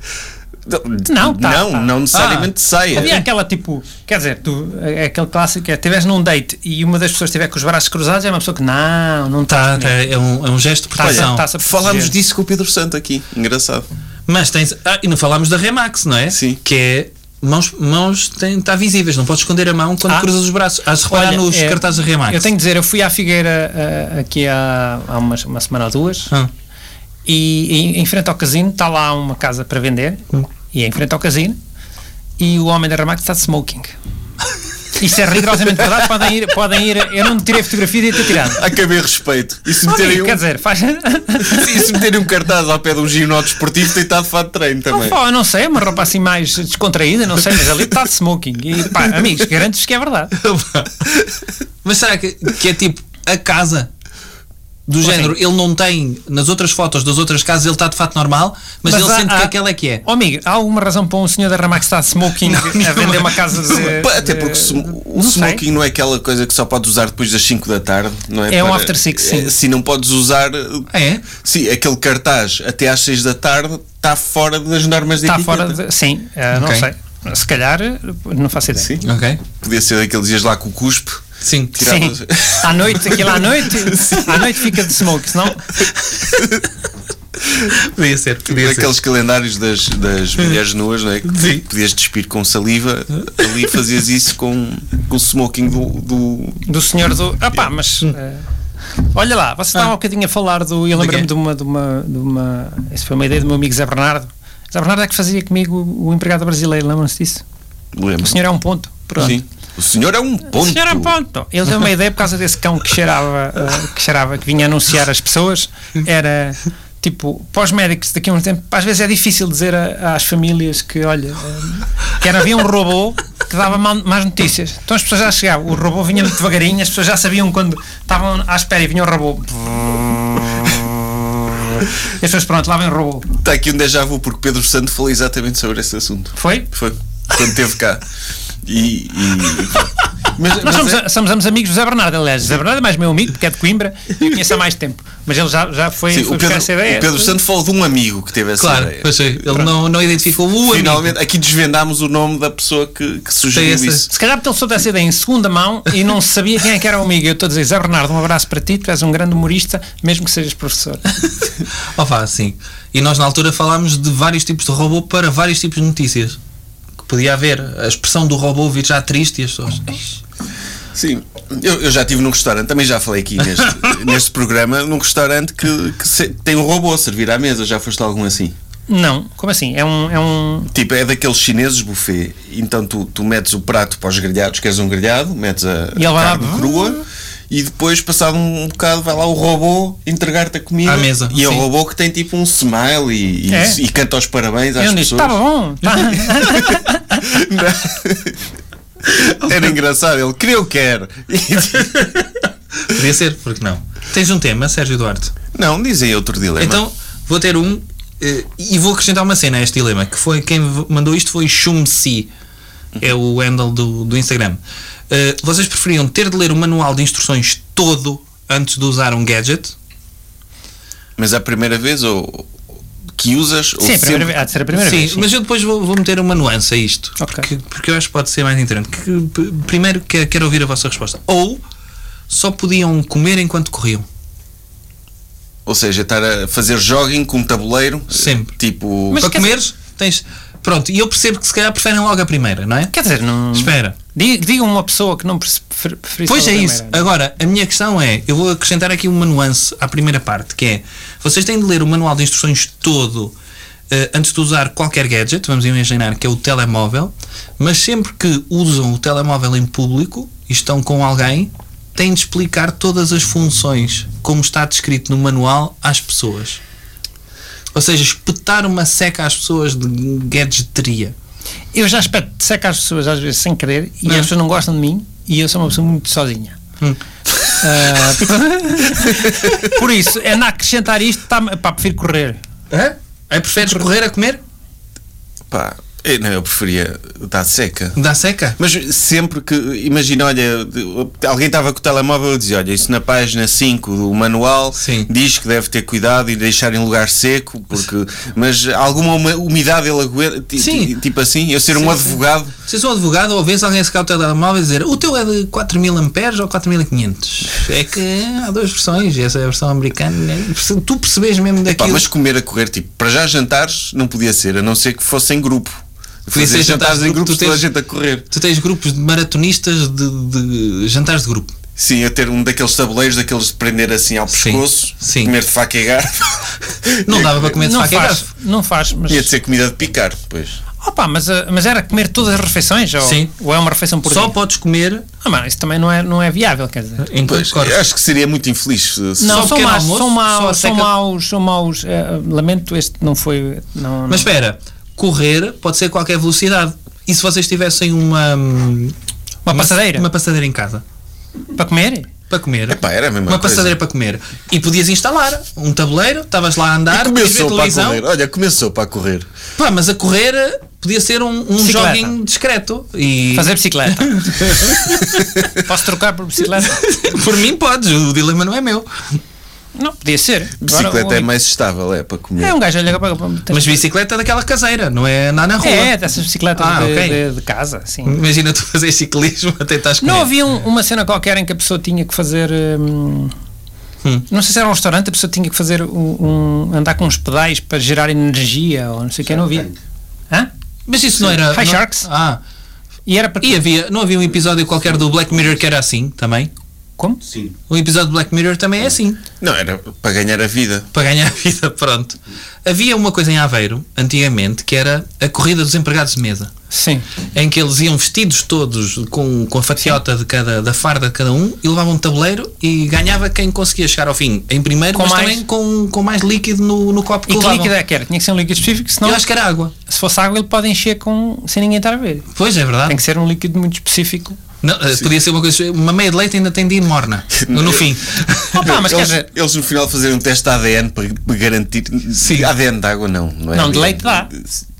[SPEAKER 6] Não, tá,
[SPEAKER 3] não,
[SPEAKER 6] tá.
[SPEAKER 3] não necessariamente é saia.
[SPEAKER 6] Havia aquela tipo, quer dizer, tu, é aquele clássico é, estiveres num date e uma das pessoas estiver com os braços cruzados, é uma pessoa que não, não está.
[SPEAKER 5] Tá, tá, é, um, é um gesto de proteção.
[SPEAKER 6] tá, tá.
[SPEAKER 3] Falámos
[SPEAKER 6] Gente.
[SPEAKER 3] disso com o Pedro Santo aqui. Engraçado.
[SPEAKER 5] Mas tens. Ah, e não falámos da Remax, não é?
[SPEAKER 3] Sim.
[SPEAKER 5] Que é. Mãos, mãos têm, tá visíveis, não podes esconder a mão quando
[SPEAKER 6] Ah.
[SPEAKER 5] cruzas os braços. Hás de reparar
[SPEAKER 6] Olha,
[SPEAKER 5] nos
[SPEAKER 6] é,
[SPEAKER 5] cartazes da Remax.
[SPEAKER 6] Eu tenho de dizer, eu fui à Figueira ah, aqui há, há uma, uma semana ou duas
[SPEAKER 5] Ah.
[SPEAKER 6] e, e em frente ao casino está lá uma casa para vender
[SPEAKER 5] Hum.
[SPEAKER 6] e é em frente ao casino e o homem da Remax está de smoking. Isso é rigorosamente verdade, podem ir, podem ir. Eu não tirei fotografia de ter tirado.
[SPEAKER 3] Há que haver respeito. E se meterem,
[SPEAKER 6] Olha,
[SPEAKER 3] um,
[SPEAKER 6] Quer dizer, faz.
[SPEAKER 3] e se meterem um cartaz ao pé de um ginásio desportivo, tem estado de fato de treino
[SPEAKER 6] Não,
[SPEAKER 3] também.
[SPEAKER 6] pá, eu não sei, é uma roupa assim mais descontraída, não sei, mas ali está de smoking. E pá, amigos, garanto-vos que é verdade.
[SPEAKER 5] Mas será que, que é tipo a casa? Do género, ele não tem nas outras fotos das outras casas, ele está de fato normal, mas, ele
[SPEAKER 6] há-
[SPEAKER 5] sente
[SPEAKER 6] há-
[SPEAKER 5] que aquela é que é.
[SPEAKER 6] Oh, amigo, há alguma razão para um senhor da Ramax estar de smoking a vender uma casa de.
[SPEAKER 3] Pa- Até
[SPEAKER 6] de-
[SPEAKER 3] porque se- o
[SPEAKER 6] é, não sei.
[SPEAKER 3] smoking não é aquela coisa que só podes usar depois das 5 da tarde, não é?
[SPEAKER 6] É um after six, sim.
[SPEAKER 3] é, Se não podes usar.
[SPEAKER 5] É?
[SPEAKER 3] Sim, aquele cartaz até às 6 da tarde está fora das normas de
[SPEAKER 6] Está
[SPEAKER 3] etiqueta.
[SPEAKER 6] fora de. Sim, eh, não
[SPEAKER 5] Ok.
[SPEAKER 6] sei. Se calhar, eh, não faço ideia.
[SPEAKER 3] Sim.
[SPEAKER 5] Ok?
[SPEAKER 3] Podia ser daqueles dias lá com o cuspe.
[SPEAKER 5] Sim.
[SPEAKER 3] Tirado-
[SPEAKER 6] Sim. À noite, aquilo à noite, à noite fica de smoke, senão.
[SPEAKER 5] Podia ser, podia ser.
[SPEAKER 3] Aqueles calendários das, das mulheres nuas, não é? Que
[SPEAKER 5] Sim.
[SPEAKER 3] podias despir com saliva, ali fazias isso com, com o smoking do, do-
[SPEAKER 6] Do senhor do. Ah pá, mas. eh, olha lá, você estava há um bocadinho a falar do. Eu
[SPEAKER 5] Ah. De
[SPEAKER 6] lembro-me
[SPEAKER 5] quê?
[SPEAKER 6] de uma, de, uma, de uma. Essa foi uma ideia do meu amigo Zé Bernardo. Zé Bernardo é que fazia comigo o empregado brasileiro, lembram-se disso?
[SPEAKER 3] lembra?
[SPEAKER 6] O senhor é um ponto. Pronto.
[SPEAKER 3] Sim. O senhor é um ponto.
[SPEAKER 6] O senhor é um ponto. Ele deu uma ideia por causa desse cão que cheirava, eh, que cheirava, que vinha anunciar às pessoas. Era tipo, para os médicos daqui a um tempo, às vezes é difícil dizer a- às famílias que, olha, eh, que era, havia um robô que dava mal- más notícias. Então as pessoas já chegavam, o robô vinha muito devagarinho, as pessoas já sabiam quando estavam à espera e vinha o robô. E as pessoas, pronto, lá vem o robô.
[SPEAKER 3] Está aqui um déjà vu, porque Pedro Santo falou exatamente sobre esse assunto.
[SPEAKER 6] Foi?
[SPEAKER 3] Foi quando esteve cá. E. e- mas,
[SPEAKER 6] Nós
[SPEAKER 3] mas
[SPEAKER 6] somos,
[SPEAKER 3] é-
[SPEAKER 6] somos, somos amigos do Zé Bernardo, aliás. Zé Bernardo é mais meu amigo, porque é de Coimbra e eu conheço há mais tempo. Mas ele já, já foi,
[SPEAKER 3] sim,
[SPEAKER 6] foi
[SPEAKER 3] o,
[SPEAKER 6] buscar
[SPEAKER 3] Pedro,
[SPEAKER 6] essa ideia.
[SPEAKER 3] o Pedro Santo falou de um amigo que teve essa
[SPEAKER 5] Claro,
[SPEAKER 3] ideia.
[SPEAKER 5] pois sei. Ele não, não identificou o amigo.
[SPEAKER 3] Finalmente, aqui desvendámos o nome da pessoa que, que sugeriu
[SPEAKER 5] essa-
[SPEAKER 3] isso.
[SPEAKER 6] Se calhar porque ele soube dessa ideia em segunda mão e não sabia quem é que era o amigo. Eu estou a dizer, Zé Bernardo, um abraço para ti, tu és um grande humorista, mesmo que sejas professor.
[SPEAKER 5] Oh, vá, sim. E nós na altura falámos de vários tipos de robô para vários tipos de notícias. Que podia haver a expressão do robô vir já triste e as pessoas. "Ixi,
[SPEAKER 3] Sim, eu, eu já estive num restaurante, também já falei aqui neste, neste programa, num restaurante que, que se- tem um robô a servir à mesa. Já foste a algum assim?
[SPEAKER 6] Não, como assim? É um. É um
[SPEAKER 3] Tipo, é daqueles chineses buffet. Então tu, tu metes o prato para os grelhados, queres um grelhado, metes a,
[SPEAKER 6] E ele
[SPEAKER 3] a
[SPEAKER 6] vai lá,
[SPEAKER 3] carne crua e depois, passado um bocado, vai lá o robô entregar-te a comida.
[SPEAKER 5] À mesa,
[SPEAKER 3] E é o
[SPEAKER 5] sim.
[SPEAKER 3] robô que tem tipo um smile e, e-
[SPEAKER 6] É.
[SPEAKER 3] e canta os parabéns às
[SPEAKER 6] Eu disse,
[SPEAKER 3] pessoas.
[SPEAKER 6] está bom. é um Tá.
[SPEAKER 3] Era engraçado, ele queria o quer.
[SPEAKER 5] Podia ser, porque não? Tens um tema, Sérgio Duarte.
[SPEAKER 3] Não, dizem outro dilema.
[SPEAKER 5] Então, vou ter um eh, e vou acrescentar uma cena a este dilema, que foi quem v- mandou isto foi Shumsi, é o handle do, do Instagram. Eh, vocês preferiam ter de ler o manual de instruções todo antes de usar um gadget?
[SPEAKER 3] Mas é a primeira vez ou que usas ou
[SPEAKER 6] Sim, é a primeira
[SPEAKER 3] sempre-
[SPEAKER 6] vez, há de ser a primeira
[SPEAKER 5] sim,
[SPEAKER 6] vez. sim.
[SPEAKER 5] mas eu depois vou, vou meter uma nuance a isto,
[SPEAKER 6] Ok.
[SPEAKER 5] porque, porque eu acho que pode ser mais interessante. Que- p- primeiro que- quero ouvir a vossa resposta. Ou só podiam comer enquanto corriam.
[SPEAKER 3] Ou seja, estar a fazer jogging com um tabuleiro.
[SPEAKER 5] Sempre.
[SPEAKER 3] Tipo.
[SPEAKER 6] Mas
[SPEAKER 5] Para
[SPEAKER 6] quer dizer-
[SPEAKER 5] comeres, tens. Pronto, e eu percebo que se calhar preferem logo a primeira, não é?
[SPEAKER 6] Quer dizer, não.
[SPEAKER 5] Espera.
[SPEAKER 6] Diga, diga uma pessoa que não prefer- preferisse.
[SPEAKER 5] Pois
[SPEAKER 6] a
[SPEAKER 5] é
[SPEAKER 6] primeira.
[SPEAKER 5] isso. Agora, a minha questão é, eu vou acrescentar aqui uma nuance à primeira parte, que é, vocês têm de ler o manual de instruções todo eh, antes de usar qualquer gadget, vamos imaginar que é o telemóvel, mas sempre que usam o telemóvel em público e estão com alguém, têm de explicar todas as funções, como está descrito no manual, às pessoas. Ou seja, espetar uma seca às pessoas de gadgeteria.
[SPEAKER 6] Eu já espero de secar as pessoas às vezes sem querer e
[SPEAKER 5] Não. Hum.
[SPEAKER 6] as pessoas não gostam de mim e eu sou uma pessoa muito sozinha. Ah, por- por isso, é na acrescentar isto, tá, pá, prefiro correr.
[SPEAKER 5] É? Aí preferes correr a comer?
[SPEAKER 3] Pá, eu, não, eu preferia dar seca.
[SPEAKER 5] Dá seca?
[SPEAKER 3] Mas sempre que. Imagina, olha, de- alguém estava com o telemóvel e dizia: Olha, isso na página 5 do manual
[SPEAKER 5] Sim.
[SPEAKER 3] diz que deve ter cuidado e deixar em lugar seco, porque. Mas alguma uma- umidade ele aguenta. ti-
[SPEAKER 5] Sim.
[SPEAKER 3] ti- Tipo assim, eu ser
[SPEAKER 5] Sim,
[SPEAKER 3] um
[SPEAKER 5] sim.
[SPEAKER 3] advogado.
[SPEAKER 5] Se sou advogado ou vês alguém secar o telemóvel e dizer o teu é de 4000 amperes ou 4500? É que há duas versões, essa é a versão americana. né? Se Tu percebes mesmo
[SPEAKER 3] Pá,
[SPEAKER 5] daquilo.
[SPEAKER 3] mas comer a correr, tipo, para já jantares não podia ser, a não ser que fosse em grupo.
[SPEAKER 5] Podia
[SPEAKER 3] Fazer
[SPEAKER 5] ser
[SPEAKER 3] jantares
[SPEAKER 5] jantares
[SPEAKER 3] em
[SPEAKER 5] de grupo,
[SPEAKER 3] grupos,
[SPEAKER 5] tu
[SPEAKER 3] toda a
[SPEAKER 5] tens-
[SPEAKER 3] gente a correr.
[SPEAKER 5] Tu tens grupos de maratonistas de, de jantares de grupo.
[SPEAKER 3] Sim, a ter um daqueles tabuleiros, daqueles de prender assim ao
[SPEAKER 5] Sim,
[SPEAKER 3] pescoço,
[SPEAKER 5] sim.
[SPEAKER 3] comer de faca e garfo.
[SPEAKER 5] Não dava para comer de
[SPEAKER 6] não
[SPEAKER 5] faca e
[SPEAKER 6] faz,
[SPEAKER 5] garfo.
[SPEAKER 6] não faz, mas.
[SPEAKER 3] Ia de ser comida de picar, pois.
[SPEAKER 6] Opa, mas, ah, mas era comer todas as refeições? Ou,
[SPEAKER 5] Sim.
[SPEAKER 6] ou é uma refeição por
[SPEAKER 5] Só
[SPEAKER 6] dia?
[SPEAKER 5] podes comer
[SPEAKER 6] Ah, mano, isso também não é, não é viável, quer dizer.
[SPEAKER 5] enquanto
[SPEAKER 3] Pois,
[SPEAKER 5] corres.
[SPEAKER 3] acho que seria muito infeliz. se-
[SPEAKER 5] Só
[SPEAKER 3] se-
[SPEAKER 5] um
[SPEAKER 6] Não, são
[SPEAKER 5] pequeno
[SPEAKER 6] maus,
[SPEAKER 5] almoço,
[SPEAKER 6] são
[SPEAKER 5] só a
[SPEAKER 6] maus, são
[SPEAKER 5] seca-
[SPEAKER 6] maus, são maus. eh, lamento, este não foi. Não,
[SPEAKER 5] Mas
[SPEAKER 6] não.
[SPEAKER 5] espera, correr pode ser a qualquer velocidade. E se vocês tivessem uma. hum, Uma,
[SPEAKER 6] Uma passadeira?
[SPEAKER 5] Uma passadeira em casa.
[SPEAKER 6] Para comer?
[SPEAKER 5] Para comer.
[SPEAKER 3] Epá, era a mesma
[SPEAKER 5] uma
[SPEAKER 3] coisa.
[SPEAKER 5] passadeira para comer. E podias instalar um tabuleiro, estavas lá a andar,
[SPEAKER 3] E
[SPEAKER 5] podias ver
[SPEAKER 3] começou para a
[SPEAKER 5] televisão.
[SPEAKER 3] correr. Olha, começou para a correr.
[SPEAKER 5] Pá, mas a correr eh, podia ser um, um
[SPEAKER 6] Bicicleta.
[SPEAKER 5] joguinho discreto. E
[SPEAKER 6] Fazer bicicleta. Posso trocar por bicicleta?
[SPEAKER 5] Por mim podes, o dilema não é meu.
[SPEAKER 6] Não, podia ser. Agora,
[SPEAKER 3] Bicicleta é
[SPEAKER 6] o-
[SPEAKER 3] mais estável, é para comer.
[SPEAKER 6] É um gajo, olha, para, para, para,
[SPEAKER 5] Mas bicicleta é daquela caseira, não é andar na rua.
[SPEAKER 6] É, dessas bicicletas
[SPEAKER 5] Ah,
[SPEAKER 6] de,
[SPEAKER 5] ok.
[SPEAKER 6] de- de casa, sim.
[SPEAKER 5] Imagina tu fazer ciclismo até estás
[SPEAKER 6] Não havia um- uma cena qualquer em que a pessoa tinha que fazer. hum,
[SPEAKER 5] Hum.
[SPEAKER 6] Não sei se era um restaurante, a pessoa tinha que fazer um, um- andar com uns pedais para gerar energia ou não sei o que, não havia. Hã?
[SPEAKER 5] Mas isso não era.
[SPEAKER 6] Hi,
[SPEAKER 5] não-
[SPEAKER 6] Sharks.
[SPEAKER 5] Ah,
[SPEAKER 6] E era para.
[SPEAKER 5] e havia, não havia um episódio qualquer do Black Mirror que era assim também?
[SPEAKER 6] Como?
[SPEAKER 5] O episódio do Black Mirror também é assim.
[SPEAKER 3] Não, era para ganhar a vida.
[SPEAKER 5] para ganhar a vida, pronto. Havia uma coisa em Aveiro, antigamente, que era a corrida dos empregados de mesa,
[SPEAKER 6] Sim.
[SPEAKER 5] em que eles iam vestidos todos com, com a fatiota de cada, da farda de cada um e levavam um tabuleiro e ganhava quem conseguia chegar ao fim em primeiro,
[SPEAKER 6] Com
[SPEAKER 5] mas
[SPEAKER 6] mais-
[SPEAKER 5] também com, com mais líquido no, no copo que
[SPEAKER 6] E que
[SPEAKER 5] levavam.
[SPEAKER 6] líquido é que era? Tinha que ser um líquido específico, senão
[SPEAKER 5] Eu acho que era água.
[SPEAKER 6] se fosse água ele pode encher com, sem ninguém estar a ver.
[SPEAKER 5] Pois é verdade.
[SPEAKER 6] Tem que ser um líquido muito específico.
[SPEAKER 5] Não, eh, podia ser uma coisa. Uma meia de leite ainda tem de ir morna. No, no fim.
[SPEAKER 6] Opa, mas quer
[SPEAKER 3] eles,
[SPEAKER 6] dizer.
[SPEAKER 3] eles no final fazerem um teste de ADN para para garantir.
[SPEAKER 5] Sim.
[SPEAKER 3] ADN de água não. Não, é
[SPEAKER 6] Não, de
[SPEAKER 3] ADN.
[SPEAKER 6] leite dá.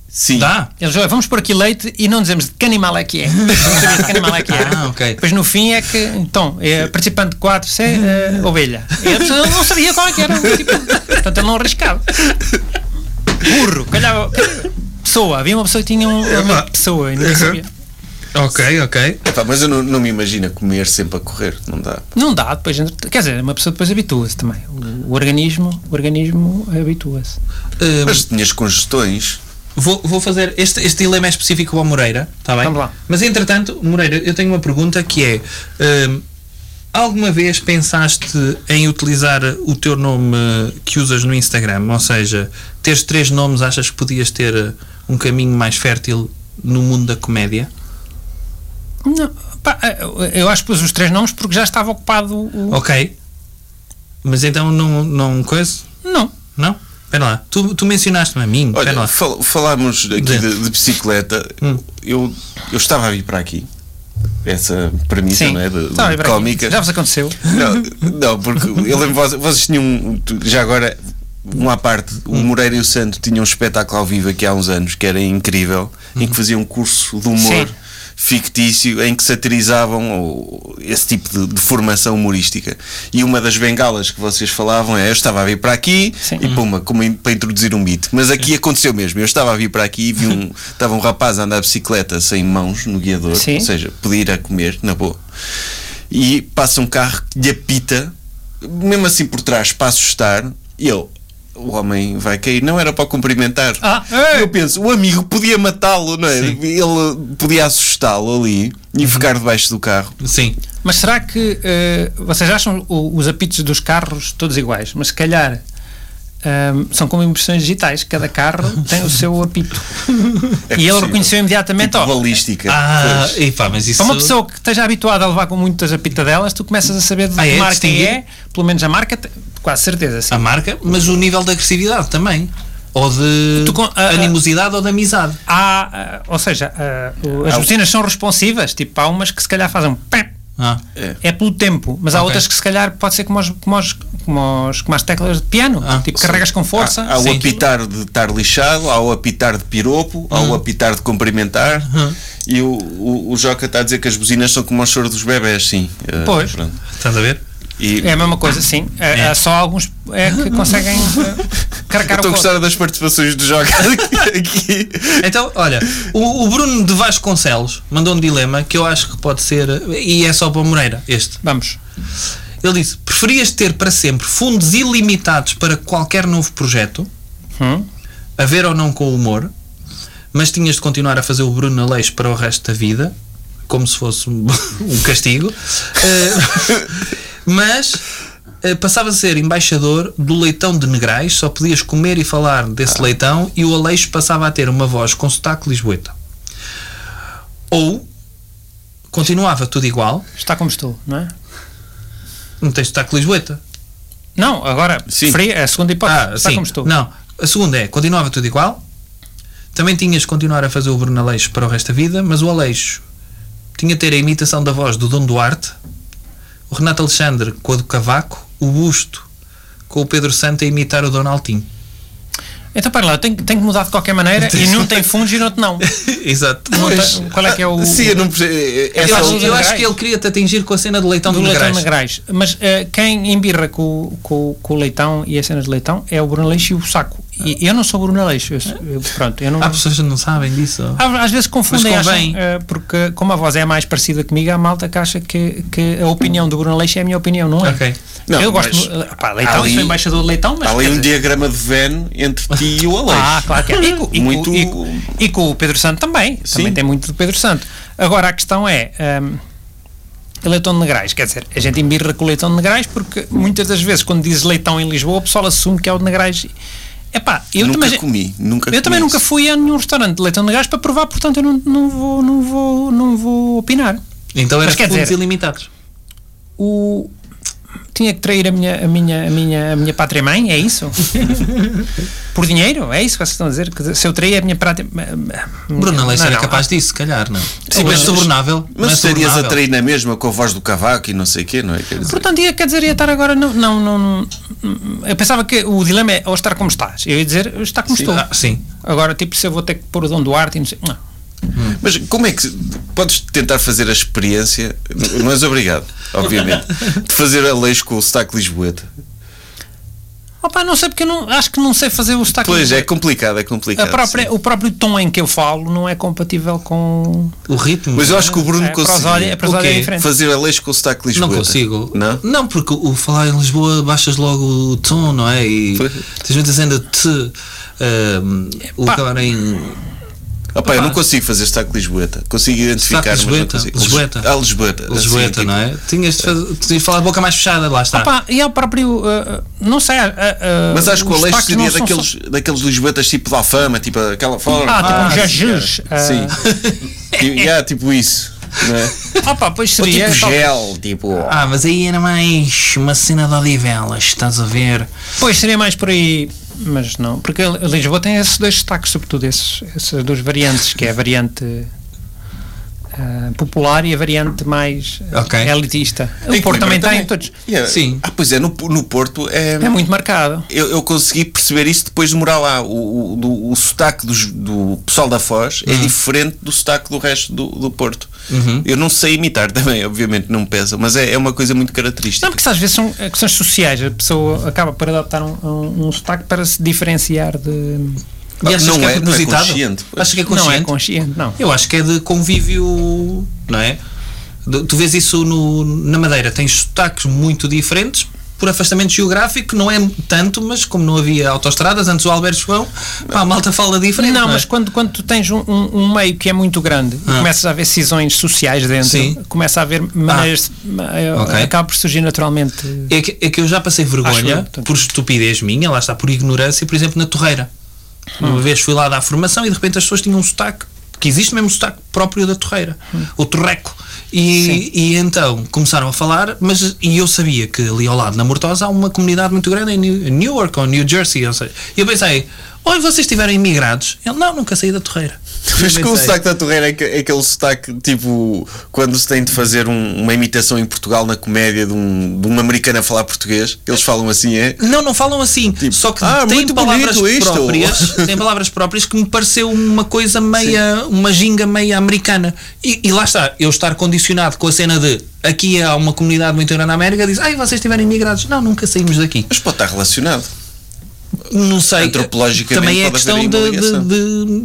[SPEAKER 3] Sim.
[SPEAKER 5] Dá?
[SPEAKER 6] Ah. Eles olha, vamos pôr aqui leite e não dizemos de que animal é que é. Não sabemos de que animal é que é.
[SPEAKER 5] Ah, ok.
[SPEAKER 6] Depois no fim é que, então, é participante 4, C,
[SPEAKER 3] Hum.
[SPEAKER 6] é, ovelha. E a pessoa não sabia qual é que era. o Tipo, portanto, ele não arriscava. Burro, calhava. calhava- Pessoa, havia uma pessoa que tinha um, uma pessoa e ninguém
[SPEAKER 3] Uhum.
[SPEAKER 6] sabia.
[SPEAKER 5] Ok, ok.
[SPEAKER 3] Epá, mas eu não, não me imagino a comer sempre a correr. Não dá.
[SPEAKER 6] Não dá, depois. entre- Quer dizer, uma pessoa depois habitua-se também. O, o organismo, o organismo habitua-se.
[SPEAKER 5] Eh,
[SPEAKER 3] Mas tinhas congestões.
[SPEAKER 5] Vou, vou fazer. Este, este dilema é específico ao Moreira, está bem?
[SPEAKER 6] Vamos lá.
[SPEAKER 5] Mas entretanto, Moreira, eu tenho uma pergunta que é: hum, alguma vez pensaste em utilizar o teu nome que usas no Instagram? Ou seja, teres três nomes, achas que podias ter uh, um caminho mais fértil no mundo da comédia?
[SPEAKER 6] Não, Pá, eh, eu acho que pus os três nomes porque já estava ocupado o.
[SPEAKER 5] Ok. Mas então não, não coisa?
[SPEAKER 3] Oh.
[SPEAKER 6] Não.
[SPEAKER 5] Não? Espera lá. Tu, tu mencionaste-me a mim. Espera
[SPEAKER 3] Olha,
[SPEAKER 5] lá.
[SPEAKER 3] fal- falámos aqui
[SPEAKER 5] Dentro.
[SPEAKER 3] de, de bicicleta.
[SPEAKER 6] Hum.
[SPEAKER 3] Eu, eu estava a vir para aqui. Essa premissa,
[SPEAKER 6] Sim.
[SPEAKER 3] não é? De, de
[SPEAKER 6] Estava a lembrar aqui.
[SPEAKER 3] cómica.
[SPEAKER 6] Já vos aconteceu.
[SPEAKER 3] Não, não, porque eu lembro vocês, vocês tinham um- tu- já agora um à parte, o
[SPEAKER 6] Hum.
[SPEAKER 3] Moreira e o Santo tinham um espetáculo ao vivo aqui há uns anos que era incrível, em que faziam um curso de humor
[SPEAKER 6] Uhum. Sim.
[SPEAKER 3] fictício em que satirizavam o- esse tipo de, de formação humorística. E uma das bengalas que vocês falavam é eu estava a vir para aqui
[SPEAKER 6] Sim. Uhum.
[SPEAKER 3] e puma, como in- para introduzir um beat. Mas aqui aconteceu mesmo. Eu estava a vir para aqui e vi um estava um rapaz a andar de bicicleta sem mãos no guiador,
[SPEAKER 6] Sim.
[SPEAKER 3] ou seja, podia ir a comer na boa e passa um carro que lhe apita, mesmo assim por trás, para assustar, e eu. O homem vai cair, não era para o cumprimentar.
[SPEAKER 6] Ah,
[SPEAKER 3] eu penso, o amigo podia matá-lo, não é? Ele podia assustá-lo ali e
[SPEAKER 6] Uhum.
[SPEAKER 3] ficar debaixo do carro.
[SPEAKER 5] Sim.
[SPEAKER 6] Mas será que eh, vocês acham o- os apitos dos carros todos iguais? Mas se calhar ehm, são como impressões digitais, cada carro tem o seu apito. e
[SPEAKER 3] É
[SPEAKER 6] ele
[SPEAKER 3] possível.
[SPEAKER 6] reconheceu imediatamente,
[SPEAKER 3] Tipo
[SPEAKER 6] ó,
[SPEAKER 3] balística.
[SPEAKER 5] Ah,
[SPEAKER 3] Pois.
[SPEAKER 5] epá, mas isso.
[SPEAKER 6] Para uma pessoa que esteja habituada a levar com muitas apitadelas, tu começas a saber de
[SPEAKER 5] Ah,
[SPEAKER 6] que
[SPEAKER 5] é?
[SPEAKER 6] marca
[SPEAKER 5] Distinguir?
[SPEAKER 6] é, pelo menos a marca, te- quase certeza. Sim.
[SPEAKER 5] A marca, mas o nível de agressividade também. Ou de
[SPEAKER 6] Tu com- a-
[SPEAKER 5] animosidade ou de amizade.
[SPEAKER 6] Há, ah, ou seja, ah, o- as
[SPEAKER 3] Há o-
[SPEAKER 6] buzinas são responsivas, tipo, há umas que se calhar fazem um pé,
[SPEAKER 5] Ah.
[SPEAKER 6] é pelo tempo, mas há
[SPEAKER 5] Ok.
[SPEAKER 6] outras que se calhar pode ser como, os, como, os, como, os- como as teclas de piano,
[SPEAKER 5] Ah,
[SPEAKER 6] tipo, carregas com força.
[SPEAKER 3] Há, há o
[SPEAKER 5] sim.
[SPEAKER 3] apitar de estar lixado, há o apitar de piropo, há
[SPEAKER 6] Uhum.
[SPEAKER 3] o apitar de cumprimentar. E o, o, o Joca está a dizer que as buzinas são como o choro dos bebés, sim. Ah,
[SPEAKER 6] Pois.
[SPEAKER 3] pronto.
[SPEAKER 5] Estás a ver?
[SPEAKER 3] E-
[SPEAKER 6] É a mesma coisa, sim. É-
[SPEAKER 5] É.
[SPEAKER 6] Há só alguns é que conseguem eh, carregar o corpo.
[SPEAKER 3] Estou a Então gostar das participações do Joca aqui.
[SPEAKER 5] Então, olha, o, o Bruno de Vasconcelos mandou um dilema que eu acho que pode ser. E é só para o Moreira, este.
[SPEAKER 6] Vamos.
[SPEAKER 5] Ele disse: preferias ter para sempre fundos ilimitados para qualquer novo projeto,
[SPEAKER 6] Hum.
[SPEAKER 5] a ver ou não com o humor, mas tinhas de continuar a fazer o Bruno Aleixo para o resto da vida, como se fosse um, um castigo, Eh, mas eh, passavas a ser embaixador do leitão de Negrais, só podias comer e falar desse leitão, e o Aleixo passava a ter uma voz com sotaque lisboeta. Ou continuava tudo igual,
[SPEAKER 6] Está como estou, não é?
[SPEAKER 5] não tens sotaque lisboeta.
[SPEAKER 6] Não, agora,
[SPEAKER 3] Sim.
[SPEAKER 6] preferia- é a segunda hipótese.
[SPEAKER 5] Ah,
[SPEAKER 6] está
[SPEAKER 5] sim.
[SPEAKER 6] como estou.
[SPEAKER 5] Não, a segunda é, continuava tudo igual. Também tinhas de continuar a fazer o Bruno Aleixo para o resto da vida, mas o Aleixo tinha de ter a imitação da voz do Dom Duarte, o Renato Alexandre com a do Cavaco, o Busto com o Pedro Santo a imitar o Donaldinho.
[SPEAKER 6] Então, para lá, eu tenho, que- tenho que mudar de qualquer maneira e num tem fundos e no outro
[SPEAKER 5] É
[SPEAKER 6] não.
[SPEAKER 5] Exato. é
[SPEAKER 6] Não
[SPEAKER 3] Pois.
[SPEAKER 6] tem- qual é que é o-
[SPEAKER 3] Sim, eu não perce- é,
[SPEAKER 5] Eu,
[SPEAKER 3] essa-
[SPEAKER 5] acho,
[SPEAKER 6] é do
[SPEAKER 5] eu acho
[SPEAKER 6] Negrais.
[SPEAKER 5] que ele queria te atingir com a cena do leitão do,
[SPEAKER 6] Do leitão
[SPEAKER 5] Negrais.
[SPEAKER 6] Negrais. Mas eh, quem embirra com, com, com o leitão e as cenas de leitão é o Bruno Leixo e o Saco. E eu não sou Bruno Leixo. eu sou- eu- pronto, eu não.
[SPEAKER 5] Há Ah, pessoas que não sabem disso.
[SPEAKER 6] Há- Às vezes confundem,
[SPEAKER 5] Mas
[SPEAKER 6] acham,
[SPEAKER 5] convém.
[SPEAKER 6] eh, porque como a voz é mais parecida comigo, há malta que acha que, que a opinião do Bruno Leixo é a minha opinião, não é?
[SPEAKER 5] Ok.
[SPEAKER 3] Não,
[SPEAKER 6] eu gosto.
[SPEAKER 3] mas-
[SPEAKER 6] eh, pá, leitão,
[SPEAKER 3] ali-
[SPEAKER 6] sou embaixador de leitão, mas.
[SPEAKER 3] Há ali
[SPEAKER 6] quer
[SPEAKER 3] um
[SPEAKER 6] dizer-
[SPEAKER 3] diagrama de Venn entre ti e o Aleixo.
[SPEAKER 6] Ah, claro que é. E, com- e com-
[SPEAKER 3] Muito-
[SPEAKER 6] e com- e com o Pedro Santo também.
[SPEAKER 3] Sim.
[SPEAKER 6] Também tem muito do Pedro Santo. Agora a questão é. hum, Leitão de Negrais, quer dizer, a gente embirra com o Leitão de Negrais porque muitas das vezes quando diz Leitão em Lisboa o pessoal assume que é o de Negrais. Epá, eu
[SPEAKER 3] nunca
[SPEAKER 6] também,
[SPEAKER 3] comi, nunca
[SPEAKER 6] eu
[SPEAKER 3] comi
[SPEAKER 6] também
[SPEAKER 3] isso.
[SPEAKER 6] nunca fui a nenhum restaurante de Leitão de Negrais para provar, portanto eu não, não, vou, não, vou, não vou opinar.
[SPEAKER 5] Então
[SPEAKER 6] Mas
[SPEAKER 5] eram
[SPEAKER 6] quer
[SPEAKER 5] fundos
[SPEAKER 6] dizer-
[SPEAKER 5] ilimitados.
[SPEAKER 6] O... Tinha que trair a minha, a minha, a minha, a minha pátria-mãe, é isso? Por dinheiro? É isso que vocês estão a dizer? Que se eu trair a minha pátria...
[SPEAKER 5] Bruno Aleixo
[SPEAKER 6] Não,
[SPEAKER 5] era
[SPEAKER 6] não, Ah,
[SPEAKER 5] capaz disso, se calhar, não?
[SPEAKER 6] mas-
[SPEAKER 5] Sim, mas subornável. não
[SPEAKER 3] Mas
[SPEAKER 5] é
[SPEAKER 3] estarias a
[SPEAKER 5] subornável.
[SPEAKER 3] trair na mesma com a voz do cavaco e não sei o quê, não é? Quer dizer,
[SPEAKER 6] Portanto, ia, quer dizer, ia estar agora... Não, não, não, eu pensava que o dilema é ou estar como estás. Eu ia dizer, está como estou.
[SPEAKER 5] Ah, sim.
[SPEAKER 6] Agora, tipo, se eu vou ter que pôr o Dom Duarte e não sei... Não.
[SPEAKER 3] Mas como é que. se- Podes tentar fazer a experiência, n- não és obrigado, obviamente, de fazer Aleixo com o sotaque Lisboeta.
[SPEAKER 6] Opa, não sei porque eu não, acho que não sei fazer o sotaque.
[SPEAKER 3] Pois é, complicado, é complicado.
[SPEAKER 6] A própria,
[SPEAKER 3] sim.
[SPEAKER 6] o próprio tom em que eu falo não é compatível com...
[SPEAKER 5] O ritmo.
[SPEAKER 3] Mas eu acho que o Bruno
[SPEAKER 6] É, prosódia,
[SPEAKER 3] conseguia
[SPEAKER 6] a prosódia
[SPEAKER 5] Ok.
[SPEAKER 6] é diferente.
[SPEAKER 3] fazer Aleixo com o sotaque
[SPEAKER 5] Não
[SPEAKER 3] Lisboeta.
[SPEAKER 5] consigo.
[SPEAKER 3] Não?
[SPEAKER 5] porque o falar em Lisboa baixas logo o tom, não é? E
[SPEAKER 3] Pois.
[SPEAKER 5] tens muita cena de te. ahm, o acabar em.
[SPEAKER 3] Opa, eu não consigo fazer sotaque Lisboeta. Consigo identificar, mas não
[SPEAKER 5] Lisboeta,
[SPEAKER 3] consigo.
[SPEAKER 5] Lisboeta.
[SPEAKER 3] Ah, Lisboeta. assim,
[SPEAKER 5] Lisboeta,
[SPEAKER 3] tipo,
[SPEAKER 5] não é? Tinhas de, fazer, tinhas de falar de boca mais fechada, lá está.
[SPEAKER 6] Opa, e ao próprio... ah, ah, não sei... ah, ah,
[SPEAKER 3] Mas acho que o
[SPEAKER 6] os
[SPEAKER 3] Aleixo
[SPEAKER 6] sotaques não
[SPEAKER 3] seria
[SPEAKER 6] são
[SPEAKER 3] daqueles, daqueles Lisboetas tipo da fama, tipo aquela forma.
[SPEAKER 6] Ah, tipo um
[SPEAKER 3] sim,
[SPEAKER 6] Jesus,
[SPEAKER 3] cara.
[SPEAKER 6] ah.
[SPEAKER 3] Sim. tipo, yeah, tipo isso. não é?
[SPEAKER 6] Opa, pois
[SPEAKER 3] Ou
[SPEAKER 6] seria.
[SPEAKER 3] tipo
[SPEAKER 6] tal-
[SPEAKER 3] gel, tipo.
[SPEAKER 5] Ah, mas aí era mais uma cena de Odivelas, estás a ver?
[SPEAKER 6] Pois seria mais por aí, mas não. Porque Lisboa tem esses dois destaques, sobretudo esses, essas duas variantes, que é a variante ah, popular e a variante mais ah,
[SPEAKER 5] Ok.
[SPEAKER 6] elitista.
[SPEAKER 3] Em
[SPEAKER 6] O Porto também
[SPEAKER 3] Coimbra
[SPEAKER 6] tem, todos.
[SPEAKER 3] E é-
[SPEAKER 5] Sim.
[SPEAKER 3] Ah, pois é, no, no Porto é.
[SPEAKER 6] É muito marcado.
[SPEAKER 3] eu, eu consegui perceber isso depois de morar lá. O, o, do- o sotaque dos- do pessoal da Foz é diferente do sotaque do resto do, do Porto. Eu não sei imitar também, obviamente, não pesa, mas é, é uma coisa muito característica.
[SPEAKER 6] Não, porque às vezes são eh, questões sociais. A pessoa acaba por adaptar um, um, um sotaque para se diferenciar de.
[SPEAKER 5] E achas
[SPEAKER 3] Não
[SPEAKER 5] que é,
[SPEAKER 3] é- não é
[SPEAKER 5] propositado?
[SPEAKER 3] consciente, pois.
[SPEAKER 5] Achas que é
[SPEAKER 6] Não é
[SPEAKER 5] consciente?
[SPEAKER 6] consciente, não.
[SPEAKER 5] Eu acho que é de convívio, não é? De- Tu vês isso no- na Madeira, tens sotaques muito diferentes por afastamento geográfico, não é tanto, mas como não havia autostradas, antes o Alberto João, pá, a malta fala diferente.
[SPEAKER 6] Não,
[SPEAKER 5] é?
[SPEAKER 6] mas quando, quando tu tens um, um- um meio que é muito grande
[SPEAKER 5] Ah.
[SPEAKER 6] e começas a haver cisões sociais dentro,
[SPEAKER 5] Sim. Ah.
[SPEAKER 6] começa a haver maneiras. ma-
[SPEAKER 5] Ok.
[SPEAKER 6] Acaba por surgir naturalmente.
[SPEAKER 5] É que, é que eu já passei
[SPEAKER 6] Acho eu,
[SPEAKER 5] vergonha
[SPEAKER 6] portanto.
[SPEAKER 5] por estupidez minha, lá está, por ignorância, por exemplo, na Torreira.
[SPEAKER 6] Hum.
[SPEAKER 5] Uma vez fui lá dar formação e de repente as pessoas tinham um sotaque, que existe mesmo um sotaque próprio da Torreira,
[SPEAKER 6] Hum.
[SPEAKER 5] o Torreco. E, e então começaram a falar, mas e eu sabia que ali ao lado, na Mortosa, há uma comunidade muito grande em New- em Newark ou New Jersey. Ou seja, e eu pensei, oi, vocês estiveram imigrados? Ele, não, nunca saí da Torreira.
[SPEAKER 3] Mas
[SPEAKER 5] Eu
[SPEAKER 3] com o
[SPEAKER 5] pensei,
[SPEAKER 3] sotaque da Torreira é que- é aquele sotaque tipo quando se tem de fazer um- uma imitação em Portugal na comédia de um, de um americano a falar português, eles falam assim, é?
[SPEAKER 5] Não, não falam assim. só que
[SPEAKER 3] "Ah,
[SPEAKER 5] tem
[SPEAKER 3] muito
[SPEAKER 5] palavras
[SPEAKER 3] bonito isto."
[SPEAKER 5] próprias. Tem palavras próprias que me pareceu uma coisa meia. uma ginga meia americana. E, e lá está, eu estar condicionado com a cena de aqui há uma comunidade muito grande na América, diz, ai, vocês estiverem imigrados. Não, nunca saímos daqui.
[SPEAKER 3] Mas pode estar relacionado.
[SPEAKER 5] Não sei.
[SPEAKER 3] Antropologicamente
[SPEAKER 5] Também é
[SPEAKER 3] pode
[SPEAKER 5] questão
[SPEAKER 3] haver aí uma
[SPEAKER 5] de, de,
[SPEAKER 3] ligação.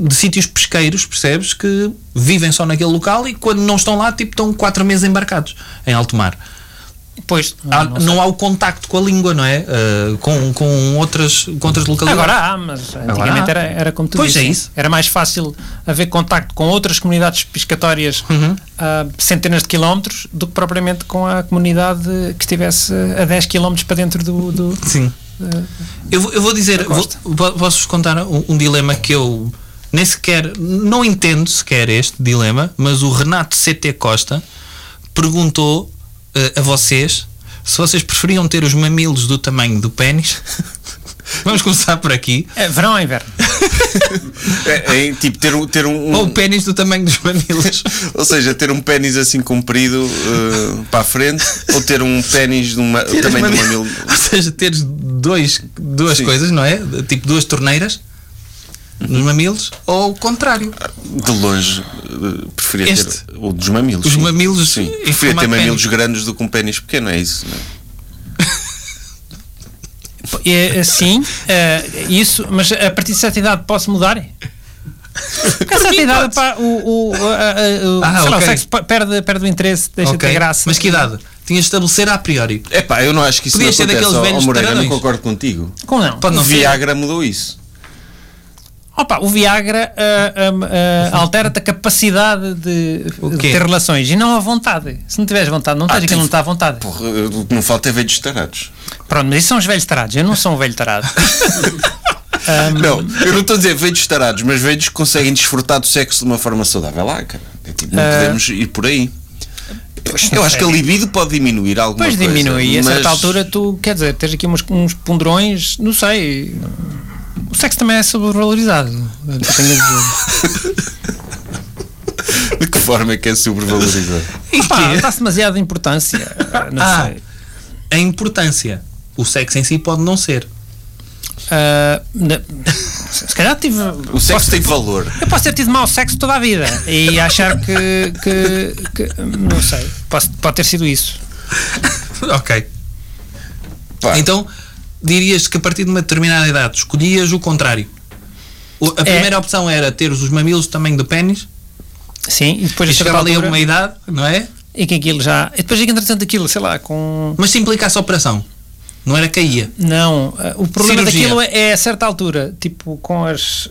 [SPEAKER 5] de- de sítios pesqueiros, percebes? Que vivem só naquele local e quando não estão lá, tipo, estão quatro meses embarcados em alto mar.
[SPEAKER 6] Pois.
[SPEAKER 5] Há-
[SPEAKER 6] Ah, não é
[SPEAKER 5] não,
[SPEAKER 6] sei.
[SPEAKER 5] há o contacto com a língua, não é? Ah, com, com, outras, com outras localidades.
[SPEAKER 6] Agora há, mas antigamente
[SPEAKER 5] há.
[SPEAKER 6] Era, era como tu
[SPEAKER 5] Pois
[SPEAKER 6] disse,
[SPEAKER 5] é isso.
[SPEAKER 6] Era mais fácil haver contacto com outras comunidades piscatórias
[SPEAKER 5] Uhum.
[SPEAKER 6] a centenas de quilómetros do que propriamente com a comunidade que estivesse a 10 quilómetros para dentro do. do-
[SPEAKER 5] Sim. Eu vou, eu vou dizer, vou,
[SPEAKER 6] Costa.
[SPEAKER 5] po- posso-vos contar um, um dilema que eu nem sequer, não entendo sequer este dilema, mas o Renato CT Costa perguntou eh, a vocês se vocês preferiam ter os mamilos do tamanho do pênis. Vamos começar por aqui.
[SPEAKER 6] É, verão ou inverno?
[SPEAKER 3] É, é, tipo ter, um- ter um.
[SPEAKER 5] Ou o pênis do tamanho dos mamilos.
[SPEAKER 3] Ou seja, ter um pênis assim comprido eh, para a frente ou ter um pênis de uma, também de uma mil.
[SPEAKER 5] Ou seja, teres dois, duas
[SPEAKER 3] Sim.
[SPEAKER 5] coisas, não é? Tipo duas torneiras nos mamilos, ou o contrário.
[SPEAKER 3] De longe, eh, preferia
[SPEAKER 5] Este.
[SPEAKER 3] ter o dos mamilos.
[SPEAKER 5] Os
[SPEAKER 3] sim.
[SPEAKER 5] mamilos
[SPEAKER 3] Sim,
[SPEAKER 5] em
[SPEAKER 3] preferia ter
[SPEAKER 5] formato
[SPEAKER 3] mamilos
[SPEAKER 5] pênis.
[SPEAKER 3] grandes do que um pênis pequeno, é isso. não é?
[SPEAKER 6] É, assim, é, isso, mas a partir de certa idade posso mudar? Porque a certa idade pá, o, o, a- a- o-
[SPEAKER 5] Ah,
[SPEAKER 6] sei lá, o
[SPEAKER 5] ok.
[SPEAKER 6] sexo pa- perde, perde o interesse, deixa de
[SPEAKER 5] Ok.
[SPEAKER 6] ter graça.
[SPEAKER 5] Mas que idade? Tinhas de estabelecer a priori.
[SPEAKER 3] Epá, eu não acho que isso
[SPEAKER 5] Podias
[SPEAKER 3] não
[SPEAKER 5] ser
[SPEAKER 3] acontece
[SPEAKER 5] daqueles
[SPEAKER 3] ao- ao
[SPEAKER 5] velhos
[SPEAKER 3] é? Moreira,
[SPEAKER 5] taradões.
[SPEAKER 3] não concordo contigo.
[SPEAKER 6] Como não?
[SPEAKER 5] Pode
[SPEAKER 3] o
[SPEAKER 5] não ser.
[SPEAKER 3] Viagra mudou isso.
[SPEAKER 6] Opa, o Viagra ah, ah, ah, altera-te a capacidade de, de
[SPEAKER 5] quê?
[SPEAKER 6] ter relações e não a vontade. Se não tiveres vontade, não tens,
[SPEAKER 3] Ah,
[SPEAKER 6] aquilo
[SPEAKER 3] tive-
[SPEAKER 6] é não está à vontade.
[SPEAKER 3] Porra, eh, o que não falta é velhos tarados.
[SPEAKER 6] Pronto, mas isso são os velhos tarados. Eu não sou um velho tarado.
[SPEAKER 3] Não, eu não estou a dizer velhos tarados, mas velhos que conseguem desfrutar do sexo de uma forma saudável. Ah, cara, é tipo, não podemos ir por aí. eu acho que a libido pode diminuir alguma
[SPEAKER 6] Depois
[SPEAKER 3] coisa.
[SPEAKER 6] diminui. E a certa
[SPEAKER 3] mas-
[SPEAKER 6] altura, tu, quer dizer, tens aqui uns, uns ponderões, não sei. O sexo também é sobrevalorizado. é o que eu tenho a dizer.
[SPEAKER 3] De que forma é que é sobrevalorizado?
[SPEAKER 6] Opa, dá-se demasiada importância. ah, Não
[SPEAKER 5] Ah.
[SPEAKER 6] sei.
[SPEAKER 5] A importância. O sexo em si pode não ser.
[SPEAKER 6] Ah, na- se calhar tive.
[SPEAKER 3] O sexo tem valor.
[SPEAKER 6] Eu posso ter tido mau sexo toda a vida e achar que. que- que- não sei. Posso- pode ter sido isso.
[SPEAKER 5] ok.
[SPEAKER 3] Pá,
[SPEAKER 5] Então, dirias que a partir de uma determinada idade escolhias o contrário. O-
[SPEAKER 6] É.
[SPEAKER 5] a primeira opção era ter os mamilos do tamanho do pênis.
[SPEAKER 6] Sim, e depois
[SPEAKER 5] E
[SPEAKER 6] a certa
[SPEAKER 5] chegava ali a um
[SPEAKER 6] altura-
[SPEAKER 5] uma idade, não é?
[SPEAKER 6] E que aquilo já. E depois, entretanto, aquilo, sei lá, com.
[SPEAKER 5] Mas se implicasse a operação. Não era caía.
[SPEAKER 6] Não, ah, o problema
[SPEAKER 5] Cirurgia.
[SPEAKER 6] daquilo é, é a certa altura, tipo com as.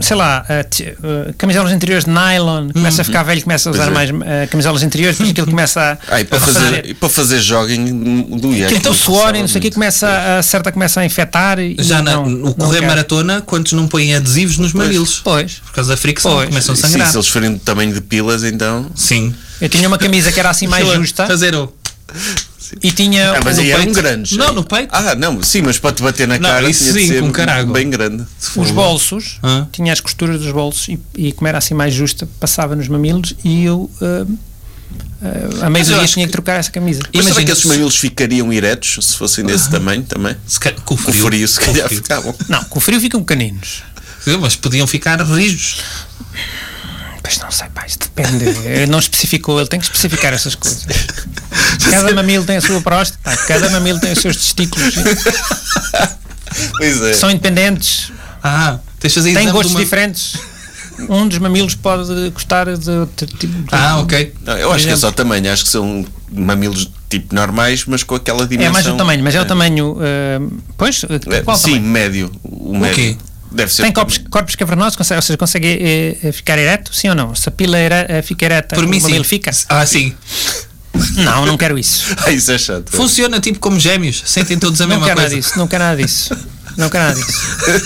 [SPEAKER 6] sei lá, eh, t- eh, camisolas interiores de nylon, começa a ficar velho, começa a usar
[SPEAKER 3] é.
[SPEAKER 6] mais eh, camisolas interiores, depois aquilo começa a.
[SPEAKER 3] Ah, e para,
[SPEAKER 6] a
[SPEAKER 3] fazer, e para fazer
[SPEAKER 6] Aquilo
[SPEAKER 3] jogging doía.
[SPEAKER 6] tem o
[SPEAKER 3] Aquilo
[SPEAKER 6] Então, suor e não
[SPEAKER 3] passava
[SPEAKER 6] sei o que
[SPEAKER 3] muito.
[SPEAKER 6] começa a, a certa começa a infectar e
[SPEAKER 5] Já na,
[SPEAKER 6] não,
[SPEAKER 5] o correr
[SPEAKER 6] não quer.
[SPEAKER 5] maratona, quantos não põem adesivos nos mamilos?
[SPEAKER 6] Pois.
[SPEAKER 5] Por causa da fricção,
[SPEAKER 6] Pois.
[SPEAKER 5] começam a
[SPEAKER 3] Sim, se
[SPEAKER 5] sangrar.
[SPEAKER 3] eles forem do tamanho de pilas, então.
[SPEAKER 5] Sim.
[SPEAKER 6] Eu tinha uma camisa que era assim mais
[SPEAKER 5] Aquilo,
[SPEAKER 6] justa
[SPEAKER 5] Fazer o.
[SPEAKER 6] e tinha
[SPEAKER 3] Ah, mas
[SPEAKER 6] o-
[SPEAKER 3] aí eram
[SPEAKER 5] peito.
[SPEAKER 3] grandes.
[SPEAKER 5] Não, no peito.
[SPEAKER 3] Ah, não, sim, mas para te bater na
[SPEAKER 5] Não,
[SPEAKER 3] cara
[SPEAKER 5] isso
[SPEAKER 3] tinha de
[SPEAKER 5] sim,
[SPEAKER 3] ser
[SPEAKER 5] com carago.
[SPEAKER 3] bem grande.
[SPEAKER 6] os bolsos,
[SPEAKER 5] Ah.
[SPEAKER 6] tinha as costuras dos bolsos e, e como era assim mais justa, passava nos mamilos e eu ah, ah, a meio
[SPEAKER 5] Mas
[SPEAKER 6] do
[SPEAKER 5] eu
[SPEAKER 6] dia
[SPEAKER 5] acho
[SPEAKER 6] tinha que trocar essa camisa.
[SPEAKER 3] Mas será
[SPEAKER 5] Imagina
[SPEAKER 3] que esses
[SPEAKER 5] se-
[SPEAKER 3] mamilos ficariam eretos se fossem
[SPEAKER 6] Ah.
[SPEAKER 3] desse tamanho também?
[SPEAKER 5] Se calhar- com o
[SPEAKER 3] Com
[SPEAKER 5] frio.
[SPEAKER 3] frio, se calhar
[SPEAKER 5] Com o frio.
[SPEAKER 3] ficavam.
[SPEAKER 6] Não, com o frio ficam caninos.
[SPEAKER 5] Sim, Mas podiam ficar rijos.
[SPEAKER 6] Pois não sei, pá, isto depende. Ele não especificou, ele tem que especificar essas coisas. Cada mamilo tem a sua próstata, cada mamilo tem os seus testículos,
[SPEAKER 3] Pois é.
[SPEAKER 6] são independentes,
[SPEAKER 5] Ah, tens de fazer
[SPEAKER 6] têm
[SPEAKER 5] exame
[SPEAKER 6] gostos
[SPEAKER 5] de uma-
[SPEAKER 6] diferentes. Um dos mamilos pode gostar de outro tipo. de-
[SPEAKER 5] Ah, ok.
[SPEAKER 3] Não,
[SPEAKER 6] Por
[SPEAKER 3] eu acho que é
[SPEAKER 6] exemplo.
[SPEAKER 3] só tamanho, acho que são mamilos tipo normais, mas com aquela dimensão.
[SPEAKER 6] É mais o tamanho, mas é o tamanho. ah, pois,
[SPEAKER 3] É,
[SPEAKER 6] qual
[SPEAKER 3] sim,
[SPEAKER 6] tamanho?
[SPEAKER 3] médio. O médio.
[SPEAKER 5] quê?
[SPEAKER 3] Deve ser.
[SPEAKER 6] Tem
[SPEAKER 3] o
[SPEAKER 6] corpos,
[SPEAKER 3] tamanho.
[SPEAKER 6] corpos cavernosos, consegue, ou seja, consegue eh, eh, ficar ereto, sim ou não? Se a pila era, eh, fica ereta,
[SPEAKER 5] Por mim,
[SPEAKER 6] o mamilo
[SPEAKER 5] sim.
[SPEAKER 6] fica?
[SPEAKER 5] Ah, sim.
[SPEAKER 6] Não, não quero isso.
[SPEAKER 3] Ah, isso é chato.
[SPEAKER 5] Funciona tipo como gêmeos. Sentem todos a
[SPEAKER 6] Não
[SPEAKER 5] mesma
[SPEAKER 6] quero nada
[SPEAKER 5] coisa.
[SPEAKER 6] disso, não quero nada disso. Não quero nada disso.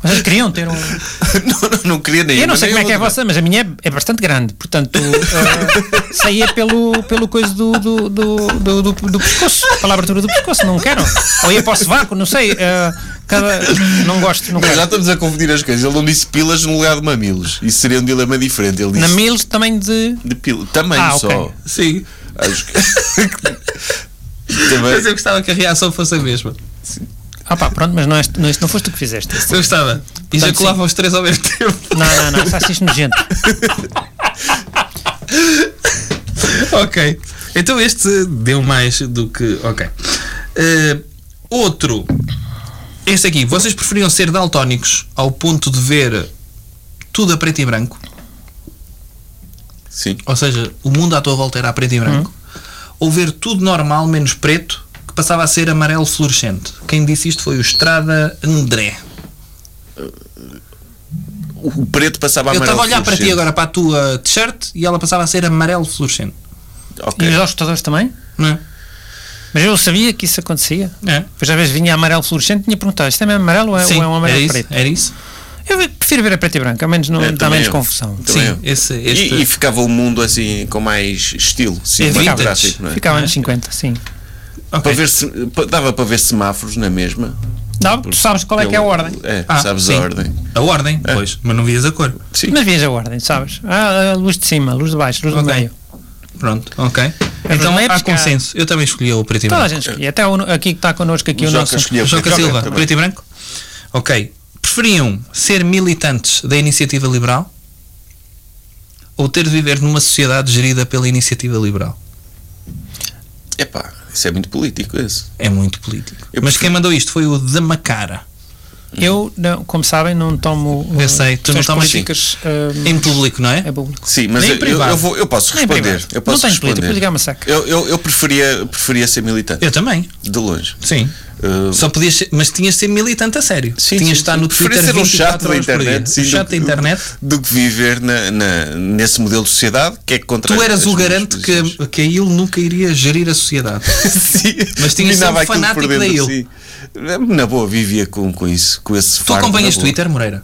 [SPEAKER 6] Vocês queriam ter um.
[SPEAKER 3] não, não, não queria nem.
[SPEAKER 6] Eu não sei como
[SPEAKER 3] nem
[SPEAKER 6] é que é a
[SPEAKER 3] outra.
[SPEAKER 6] vossa, mas a minha é, é bastante grande, portanto eh, saía pelo, pelo coisa do, do, do, do, do- do pescoço, pela abertura do pescoço, não quero. Ou ia para o sovaco, não sei. eh, cada, não gosto, não
[SPEAKER 3] Mas já
[SPEAKER 6] quero.
[SPEAKER 3] estamos a confundir as coisas. Ele não disse pilas no lugar de mamilos. Isso seria um dilema diferente. Ele disse
[SPEAKER 6] Na milos também de.
[SPEAKER 3] de pila. Tamanho
[SPEAKER 6] Ah, ok.
[SPEAKER 3] só.
[SPEAKER 5] Sim.
[SPEAKER 3] Acho que. Também-
[SPEAKER 5] Mas eu gostava que a reação fosse a mesma.
[SPEAKER 6] Ah pá, pronto, mas não, és, não, isso não foste tu que fizeste.
[SPEAKER 5] Eu gostava. E já colava os três ao mesmo tempo.
[SPEAKER 6] Não, não, não, isso assiste nojento.
[SPEAKER 5] ok. Então este deu mais do que. Ok. Eh, outro. Este aqui. Vocês preferiam ser daltónicos ao ponto de ver tudo a preto e branco?
[SPEAKER 3] Sim.
[SPEAKER 5] Ou seja, o mundo à tua volta era a preto e branco? Ou ver tudo normal menos preto, que passava a ser amarelo fluorescente? Quem disse isto foi o Estrada André.
[SPEAKER 3] O preto passava a
[SPEAKER 5] Eu
[SPEAKER 3] amarelo.
[SPEAKER 5] estava a olhar para ti
[SPEAKER 3] fluorescente.
[SPEAKER 5] agora, para a tua t-shirt, e ela passava a ser amarelo fluorescente.
[SPEAKER 3] Ok.
[SPEAKER 6] E os auscultadores também?
[SPEAKER 5] Não é?
[SPEAKER 6] Mas eu sabia que isso acontecia.
[SPEAKER 5] É.
[SPEAKER 6] Depois às vezes vinha amarelo fluorescente e tinha perguntado, isto é mesmo amarelo ou é,
[SPEAKER 5] Sim,
[SPEAKER 6] ou é um amarelo
[SPEAKER 5] era isso,
[SPEAKER 6] preto?
[SPEAKER 5] Era isso?
[SPEAKER 6] Eu ve- prefiro ver a preto e branco, ao menos não
[SPEAKER 3] É,
[SPEAKER 6] dá
[SPEAKER 3] também
[SPEAKER 6] menos
[SPEAKER 3] eu.
[SPEAKER 6] confusão.
[SPEAKER 3] Também
[SPEAKER 5] Sim,
[SPEAKER 3] eu.
[SPEAKER 5] esse-
[SPEAKER 3] E-
[SPEAKER 5] este-
[SPEAKER 3] e, ficava o mundo assim com mais estilo, cinematográfico,
[SPEAKER 5] vintage.
[SPEAKER 3] não é?
[SPEAKER 6] É, Ficava nos 50, sim.
[SPEAKER 3] Para
[SPEAKER 5] Ok.
[SPEAKER 3] ver se, pa- dava para ver semáforos na mesma.
[SPEAKER 6] Não, tu sabes qual é que é a
[SPEAKER 3] Pelo-
[SPEAKER 6] ordem.
[SPEAKER 3] É,
[SPEAKER 5] Ah,
[SPEAKER 3] sabes
[SPEAKER 5] sim.
[SPEAKER 3] a ordem. É.
[SPEAKER 5] A ordem, pois, mas não vias a cor.
[SPEAKER 3] Sim.
[SPEAKER 6] Mas vias a ordem, sabes? Ah, a luz de cima, a luz de baixo, a luz
[SPEAKER 5] Ok.
[SPEAKER 6] do meio.
[SPEAKER 5] Pronto, ok.
[SPEAKER 6] É
[SPEAKER 5] Então
[SPEAKER 6] vermelho,
[SPEAKER 5] há Então,
[SPEAKER 6] porque há-
[SPEAKER 5] consenso. Eu também escolhi o preto e
[SPEAKER 6] Toda a
[SPEAKER 5] branco.
[SPEAKER 6] gente escolhia. Até o, aqui que está connosco aqui
[SPEAKER 3] O
[SPEAKER 6] o,
[SPEAKER 3] Joca
[SPEAKER 6] nosso.
[SPEAKER 3] escolheu.
[SPEAKER 5] Joca
[SPEAKER 3] Joca
[SPEAKER 5] Silva,
[SPEAKER 3] também.
[SPEAKER 5] preto e branco? Ok. Preferiam ser militantes da iniciativa liberal ou ter de viver numa sociedade gerida pela iniciativa liberal?
[SPEAKER 3] Epá, isso é muito político isso.
[SPEAKER 5] É muito político.
[SPEAKER 3] Eu
[SPEAKER 5] mas
[SPEAKER 3] prefiro-
[SPEAKER 5] quem mandou isto foi o da Macara.
[SPEAKER 6] Eu, não, como sabem, não tomo.
[SPEAKER 5] Eu
[SPEAKER 6] eh,
[SPEAKER 5] sei, tu não
[SPEAKER 6] questões
[SPEAKER 5] tomas-
[SPEAKER 6] políticas. eh,
[SPEAKER 5] Em público, não é?
[SPEAKER 6] é público.
[SPEAKER 3] Sim, mas
[SPEAKER 5] Nem
[SPEAKER 3] eu, eu,
[SPEAKER 5] privado.
[SPEAKER 3] eu vou- eu posso
[SPEAKER 6] Nem
[SPEAKER 3] responder.
[SPEAKER 6] privado.
[SPEAKER 3] Eu posso
[SPEAKER 6] Não tenho
[SPEAKER 3] responder.
[SPEAKER 6] política, política é uma saca.
[SPEAKER 3] Eu, eu, eu preferia, preferia ser militante,
[SPEAKER 5] Eu também.
[SPEAKER 3] de longe.
[SPEAKER 5] Sim.
[SPEAKER 3] Uh,
[SPEAKER 5] Só podias ser, mas tinhas de ser militante a sério.
[SPEAKER 3] Sim,
[SPEAKER 5] tinhas
[SPEAKER 3] sim,
[SPEAKER 5] de estar
[SPEAKER 3] sim.
[SPEAKER 5] no
[SPEAKER 3] Preferia
[SPEAKER 5] Twitter
[SPEAKER 3] ser
[SPEAKER 5] 24
[SPEAKER 3] um chato da
[SPEAKER 5] horas por dia.
[SPEAKER 3] internet, sim,
[SPEAKER 5] Um
[SPEAKER 3] do
[SPEAKER 5] chato da
[SPEAKER 3] que-
[SPEAKER 5] internet.
[SPEAKER 3] do que viver na, na- nesse modelo de sociedade que é contra
[SPEAKER 5] Tu
[SPEAKER 3] as-
[SPEAKER 5] eras
[SPEAKER 3] as
[SPEAKER 5] o
[SPEAKER 3] minhas
[SPEAKER 5] garante
[SPEAKER 3] posições.
[SPEAKER 5] que, que a IL nunca iria gerir a sociedade.
[SPEAKER 3] Sim,
[SPEAKER 5] Mas tinha sido
[SPEAKER 3] dominava
[SPEAKER 5] um
[SPEAKER 3] aquilo
[SPEAKER 5] fanático
[SPEAKER 3] por dentro,
[SPEAKER 5] da
[SPEAKER 3] sim. Na boa, vivia com, com isso, com esse
[SPEAKER 5] tu
[SPEAKER 3] fardo,
[SPEAKER 5] acompanhas
[SPEAKER 3] na boa.
[SPEAKER 5] Twitter, Moreira?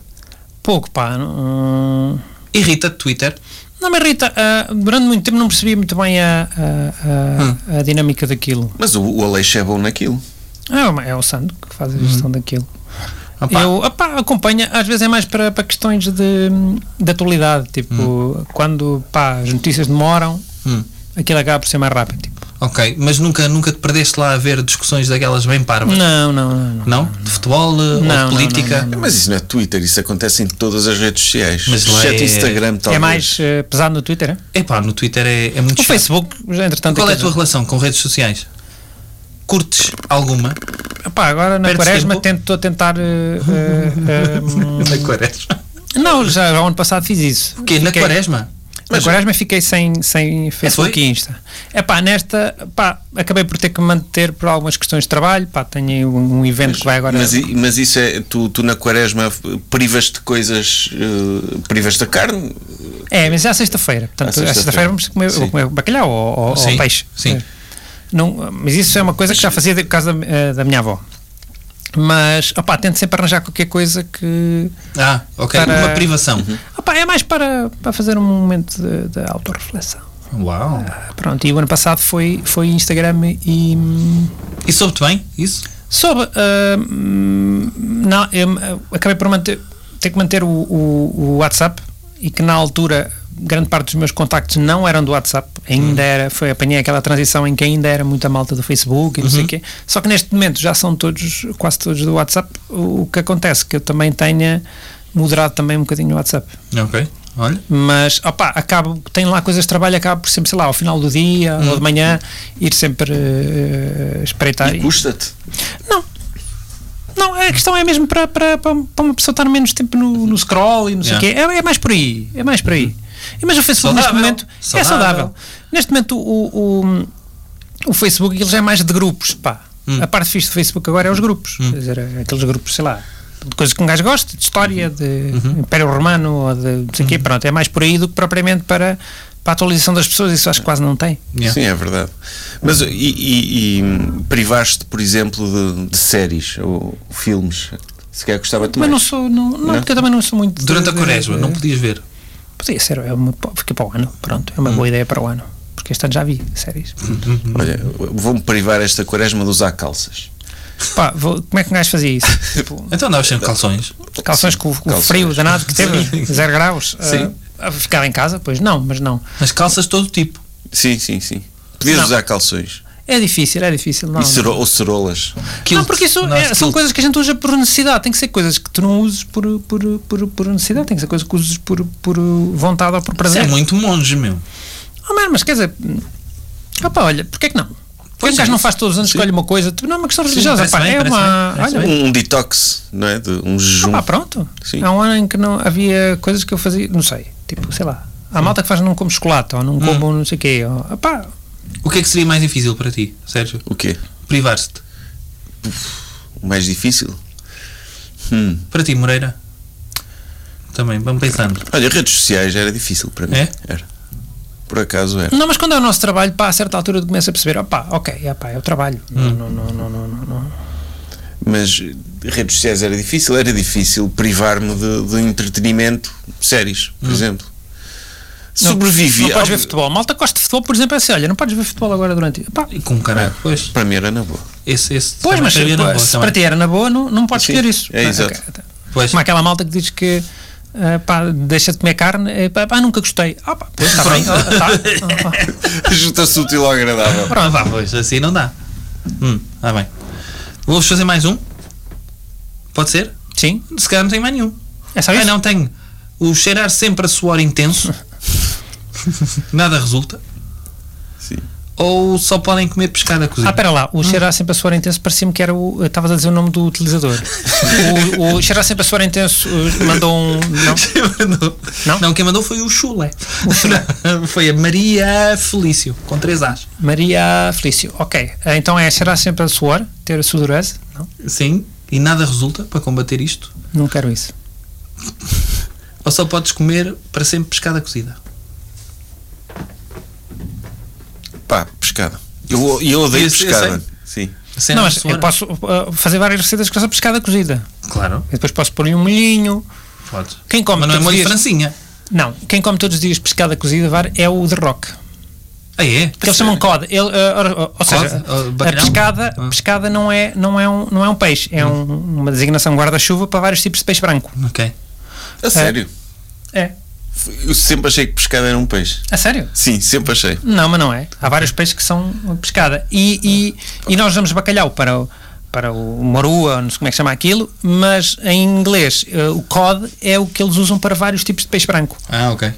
[SPEAKER 6] Pouco, pá. não-
[SPEAKER 5] Irrita-te Twitter?
[SPEAKER 6] Não me irrita. ah, durante muito tempo não percebi muito bem a, a-
[SPEAKER 5] Hum.
[SPEAKER 6] a- a dinâmica daquilo.
[SPEAKER 3] Mas o, o Aleixo é bom naquilo.
[SPEAKER 6] É, o- é o Sandro que faz a
[SPEAKER 5] Hum.
[SPEAKER 6] gestão daquilo.
[SPEAKER 5] Ah, pá.
[SPEAKER 6] Eu opá, acompanho, às vezes é mais para, para questões de, de atualidade. Tipo, quando pá, as notícias demoram,
[SPEAKER 5] Hum.
[SPEAKER 6] aquilo acaba por ser mais rápido. tipo.
[SPEAKER 5] Ok, mas nunca, nunca te perdeste lá a ver discussões daquelas bem parvas?
[SPEAKER 6] Não, não, não. não.
[SPEAKER 5] Não? De futebol eh, ou
[SPEAKER 6] não,
[SPEAKER 5] de política?
[SPEAKER 6] não,
[SPEAKER 3] Mas isso não é Twitter, isso acontece em todas as redes sociais.
[SPEAKER 5] Mas lá
[SPEAKER 3] exceto
[SPEAKER 5] é-
[SPEAKER 3] Instagram, talvez.
[SPEAKER 6] É mais eh, pesado no Twitter? É?
[SPEAKER 5] Epá, no Twitter é, é muito
[SPEAKER 6] O
[SPEAKER 5] chato.
[SPEAKER 6] Facebook, já entretanto.
[SPEAKER 5] Qual é a
[SPEAKER 6] aquilo-
[SPEAKER 5] tua relação com redes sociais? Curtes alguma?
[SPEAKER 6] Opá, agora na
[SPEAKER 5] Perdes
[SPEAKER 6] quaresma
[SPEAKER 5] tempo?
[SPEAKER 6] tento- estou a tentar. eh, eh, eh, hum,
[SPEAKER 5] Na quaresma.
[SPEAKER 6] não, já o ano passado fiz isso.
[SPEAKER 5] O quê? Na
[SPEAKER 6] Fiquei-
[SPEAKER 5] quaresma?
[SPEAKER 6] Na
[SPEAKER 3] Mas-
[SPEAKER 6] Quaresma fiquei sem, sem Facebook
[SPEAKER 5] foi?
[SPEAKER 6] e Insta. É pá, nesta, pá, acabei por ter que manter por algumas questões de trabalho, pá, tenho aí um, um evento que vai agora.
[SPEAKER 3] Mas, i- mas isso é, tu, tu na quaresma eh, privas de coisas, eh, privas da carne,
[SPEAKER 6] É, mas é à sexta-feira. Portanto,
[SPEAKER 3] À
[SPEAKER 6] à sexta-feira
[SPEAKER 3] sexta-feira.
[SPEAKER 6] vamos comer,
[SPEAKER 3] Sim.
[SPEAKER 6] vou comer bacalhau ou, ou- ou
[SPEAKER 5] Sim,
[SPEAKER 6] peixe. É.
[SPEAKER 5] sim.
[SPEAKER 6] Não, mas isso é uma coisa que já fazia por causa da, eh, da minha avó. Mas, opá, tento sempre arranjar qualquer coisa que.
[SPEAKER 5] Ah, ok.
[SPEAKER 6] Para-
[SPEAKER 5] Uma privação.
[SPEAKER 6] Opá, é mais para, para fazer um momento de, de autorreflexão.
[SPEAKER 5] Uau.
[SPEAKER 6] Pronto, e o ano passado foi, foi Instagram e. hum,
[SPEAKER 5] E soube-te bem isso?
[SPEAKER 6] Sobre. ah, hum, não, eu, ah, acabei por manter, ter que manter o, o- o WhatsApp e que na altura grande parte dos meus contactos não eram do WhatsApp, ainda era, foi, apanhei aquela transição em que ainda era muita malta do Facebook e não sei o quê, só que neste momento já são todos, quase todos do WhatsApp, o, o que acontece que eu também tenha moderado também um bocadinho o WhatsApp,
[SPEAKER 5] Ok. Olha.
[SPEAKER 6] mas, opá, acabo, tenho lá coisas de trabalho, acabo por sempre, sei lá, ao final do dia ou de manhã, ir sempre eh, espreitar
[SPEAKER 3] e custa-te.
[SPEAKER 6] não. Não, a questão é mesmo para, para, para para uma pessoa estar menos tempo no, no scroll e não sei o quê. É, é mais por aí. É mais por aí. Mas o Facebook
[SPEAKER 5] Saudável.
[SPEAKER 6] neste momento é
[SPEAKER 5] Saudável.
[SPEAKER 6] saudável. Neste momento o, o, o Facebook ele já é mais de grupos. Pá.
[SPEAKER 5] Hum.
[SPEAKER 6] A parte fixe do Facebook agora é os grupos. Quer dizer, é aqueles grupos, sei lá, de coisas que um gajo gosta, de história,
[SPEAKER 5] Uhum.
[SPEAKER 6] de Império Romano ou de não sei o quê. Pronto, é mais por aí do que propriamente para, para a atualização das pessoas. Isso acho que quase não tem.
[SPEAKER 5] Yeah.
[SPEAKER 3] Sim, é verdade. Mas e, e, e privaste, por exemplo, de, de séries ou filmes? Se calhar gostava-te
[SPEAKER 6] Mas
[SPEAKER 3] mais.
[SPEAKER 6] não sou, não, não, porque eu também não sou muito. de-
[SPEAKER 5] Durante a
[SPEAKER 6] de-
[SPEAKER 5] quaresma, não podias ver.
[SPEAKER 6] Podia ser, é uma, fica para o ano, pronto, é uma
[SPEAKER 5] Hum.
[SPEAKER 6] boa ideia para o ano. Porque este ano já vi séries.
[SPEAKER 3] Olha, vou-me privar esta quaresma de usar calças.
[SPEAKER 6] Pá, vou- como é que um gajo fazia isso? Tipo,
[SPEAKER 5] Então andavas sem calções.
[SPEAKER 6] calções com o- com o
[SPEAKER 3] calções.
[SPEAKER 6] frio danado que teve, zero graus,
[SPEAKER 3] Sim.
[SPEAKER 6] ah, a ficar em casa? Pois não, mas não.
[SPEAKER 5] Mas calças de todo tipo.
[SPEAKER 3] Sim, sim, sim. Podias
[SPEAKER 6] Não.
[SPEAKER 3] usar calções
[SPEAKER 6] É difícil, é difícil. Não,
[SPEAKER 3] e cero- ou cerolas.
[SPEAKER 6] não
[SPEAKER 5] Kilt.
[SPEAKER 6] porque isso
[SPEAKER 5] Não,
[SPEAKER 6] é-
[SPEAKER 5] acho
[SPEAKER 6] são
[SPEAKER 5] kilt.
[SPEAKER 6] coisas que a gente usa por necessidade, tem que ser coisas que tu não uses por, por, por, por necessidade, tem que ser coisas que uses por, por vontade ou por
[SPEAKER 5] Isso
[SPEAKER 6] prazer.
[SPEAKER 5] é muito monge, meu.
[SPEAKER 6] Ah, mano, mas quer dizer, hum, opá, olha, porquê que não? Porquê que
[SPEAKER 5] Pois
[SPEAKER 6] o gajo
[SPEAKER 5] é.
[SPEAKER 6] não faz todos os anos, escolhe uma coisa? Tipo, Não é uma questão religiosa,
[SPEAKER 5] parece
[SPEAKER 6] pá,
[SPEAKER 5] bem,
[SPEAKER 6] é
[SPEAKER 5] parece
[SPEAKER 6] uma.
[SPEAKER 5] bem, parece
[SPEAKER 6] olha,
[SPEAKER 5] bem.
[SPEAKER 3] Um, um detox, não é? De um
[SPEAKER 6] Ah,
[SPEAKER 3] jejum.
[SPEAKER 6] pá, pronto.
[SPEAKER 3] Sim.
[SPEAKER 6] Há um ano em que não havia coisas que eu fazia, não sei, tipo, sei lá. Há malta que faz não como chocolate, ou não
[SPEAKER 3] Hum.
[SPEAKER 6] como não sei o quê. Ou, ah, pá,
[SPEAKER 5] O que é que seria mais difícil para ti, Sérgio?
[SPEAKER 3] O quê?
[SPEAKER 5] Privar-te.
[SPEAKER 3] O mais difícil?
[SPEAKER 5] Para ti, Moreira? Também, vamos pensando.
[SPEAKER 3] Olha, redes sociais era difícil para mim.
[SPEAKER 5] É?
[SPEAKER 3] Era. Por acaso era.
[SPEAKER 6] não, mas quando é o nosso trabalho, pá, a certa altura eu começo a perceber, ah, pá, ok, ah, pá, é o trabalho.
[SPEAKER 3] Hum.
[SPEAKER 6] Não, não, não, não, não, não.
[SPEAKER 3] Mas eh, redes sociais era difícil, era difícil privar-me de, de entretenimento, séries, por exemplo. Sobrevivi.
[SPEAKER 6] Hum. Não podes
[SPEAKER 3] Ah,
[SPEAKER 6] ver futebol. A malta que gosta de futebol, por exemplo, é assim, olha, não podes ver futebol agora durante. Pá,
[SPEAKER 5] E com caralho. Pois,
[SPEAKER 3] Para mim era na boa.
[SPEAKER 5] esse, esse
[SPEAKER 6] pois,
[SPEAKER 5] também
[SPEAKER 6] mas
[SPEAKER 5] sabia, não,
[SPEAKER 6] pá,
[SPEAKER 5] boa
[SPEAKER 6] se
[SPEAKER 5] também.
[SPEAKER 6] para ti era na boa, não, não podes
[SPEAKER 3] Sim,
[SPEAKER 6] escolher isso.
[SPEAKER 3] é
[SPEAKER 6] Ah,
[SPEAKER 3] exato.
[SPEAKER 6] ok.
[SPEAKER 5] Pois.
[SPEAKER 6] Como aquela malta que diz que. ah, pá, deixa de comer carne, eh, pá, pá, nunca gostei. Ah, pá, pois, está bem, ah, tá. Ah, pá.
[SPEAKER 3] Junta-se útil ao agradável.
[SPEAKER 5] Pronto, vá, pois, assim não dá. Hum, ah bem. Vou-vos fazer mais um? Pode ser?
[SPEAKER 6] Sim,
[SPEAKER 5] Se calhar não tenho mais nenhum.
[SPEAKER 6] é só
[SPEAKER 5] Ah,
[SPEAKER 6] isso.
[SPEAKER 5] não, tenho. O cheirar sempre a suor intenso. Nada resulta.
[SPEAKER 3] Sim.
[SPEAKER 5] Ou só podem comer pescada
[SPEAKER 6] Ah,
[SPEAKER 5] cozida.
[SPEAKER 6] espera lá, o cheirar sempre a suor intenso parecia-me que era o. eu Estavas a dizer o nome do utilizador. o, o cheirar sempre a suor intenso eh, mandou um. Não?
[SPEAKER 5] Quem mandou?
[SPEAKER 6] Não?
[SPEAKER 5] quem mandou foi o Chulé. foi a Maria Felício, com três As.
[SPEAKER 6] Maria Felício. Ok, eh, então é cheirar sempre a suor, ter a sudorese? Não,
[SPEAKER 5] Sim, e nada resulta para combater isto.
[SPEAKER 6] não quero isso.
[SPEAKER 5] Ou só podes comer para sempre pescada cozida.
[SPEAKER 3] Pá, pescada. Eu, eu odeio
[SPEAKER 5] Eu sei, eu
[SPEAKER 3] pescada.
[SPEAKER 5] sei.
[SPEAKER 3] Sim.
[SPEAKER 5] Sem
[SPEAKER 6] não, mas
[SPEAKER 5] nada de é suor.
[SPEAKER 6] eu posso eh, fazer várias receitas com essa pescada cozida.
[SPEAKER 5] Claro,
[SPEAKER 6] E depois posso pôr-lhe um molhinho.
[SPEAKER 5] podes.
[SPEAKER 6] Quem come
[SPEAKER 5] Mas não é
[SPEAKER 6] todos
[SPEAKER 5] molho
[SPEAKER 6] os
[SPEAKER 5] de
[SPEAKER 6] dias-
[SPEAKER 5] francinha.
[SPEAKER 6] Não, quem come todos os dias pescada cozida var, é o The Rock.
[SPEAKER 5] Ah, é?
[SPEAKER 6] Que eles chamam cod. Ele, eh, or- or- ou seja,
[SPEAKER 5] Ou
[SPEAKER 6] a
[SPEAKER 5] bacalhau?
[SPEAKER 6] pescada,
[SPEAKER 5] Ah. Hum.
[SPEAKER 6] pescada não, é, não, é um, não é um peixe, é um- uma designação guarda-chuva para vários tipos de peixe branco.
[SPEAKER 5] Ok.
[SPEAKER 3] A sério.
[SPEAKER 6] É.
[SPEAKER 3] Eu sempre achei que pescada era um peixe.
[SPEAKER 6] A sério?
[SPEAKER 3] Sim, sempre achei.
[SPEAKER 6] Não, mas não é. Há vários peixes que são pescada. E, e, e nós damos bacalhau para o, para o morua, não sei como é que chama aquilo, mas em inglês eh, o cod é o que eles usam para vários tipos de peixe branco.
[SPEAKER 5] Ah, ok.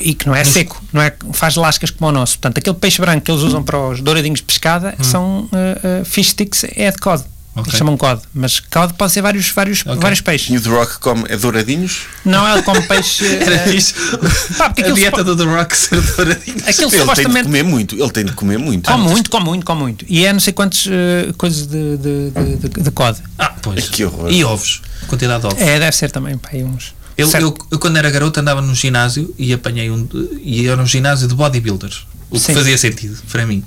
[SPEAKER 6] E que não é seco, não é faz lascas como o nosso. Portanto, aquele peixe branco que eles usam para os douradinhos de pescada são eh, eh, fish sticks, é de cod.
[SPEAKER 5] Ok.
[SPEAKER 6] Eles chamam cod. Mas cod pode ser vários, vários, vários peixes.
[SPEAKER 3] E o The Rock come é douradinhos?
[SPEAKER 6] Não, ela come peixe.
[SPEAKER 5] Era
[SPEAKER 6] eh,
[SPEAKER 5] fixe.
[SPEAKER 6] Pá, porque
[SPEAKER 5] a
[SPEAKER 6] aquilo
[SPEAKER 5] dieta
[SPEAKER 6] supo-
[SPEAKER 5] do The Rock ser douradinho.
[SPEAKER 6] Aquilo
[SPEAKER 3] ele tem de
[SPEAKER 6] supostamente.
[SPEAKER 3] comer muito, ele tem de comer muito.
[SPEAKER 6] Come muito, come muito, come muito. E é não sei quantas eh, coisas de, de, de, de- de cod.
[SPEAKER 5] Ah, pois.
[SPEAKER 3] Que horror.
[SPEAKER 5] E ovos. Quantidade de ovos.
[SPEAKER 6] É, deve ser também, pá, aí uns.
[SPEAKER 5] Eu,
[SPEAKER 6] Certo.
[SPEAKER 5] eu, eu, quando era garoto, andava num ginásio e apanhei um. E era um ginásio de bodybuilders. O que
[SPEAKER 6] Sim.
[SPEAKER 5] fazia sentido para mim.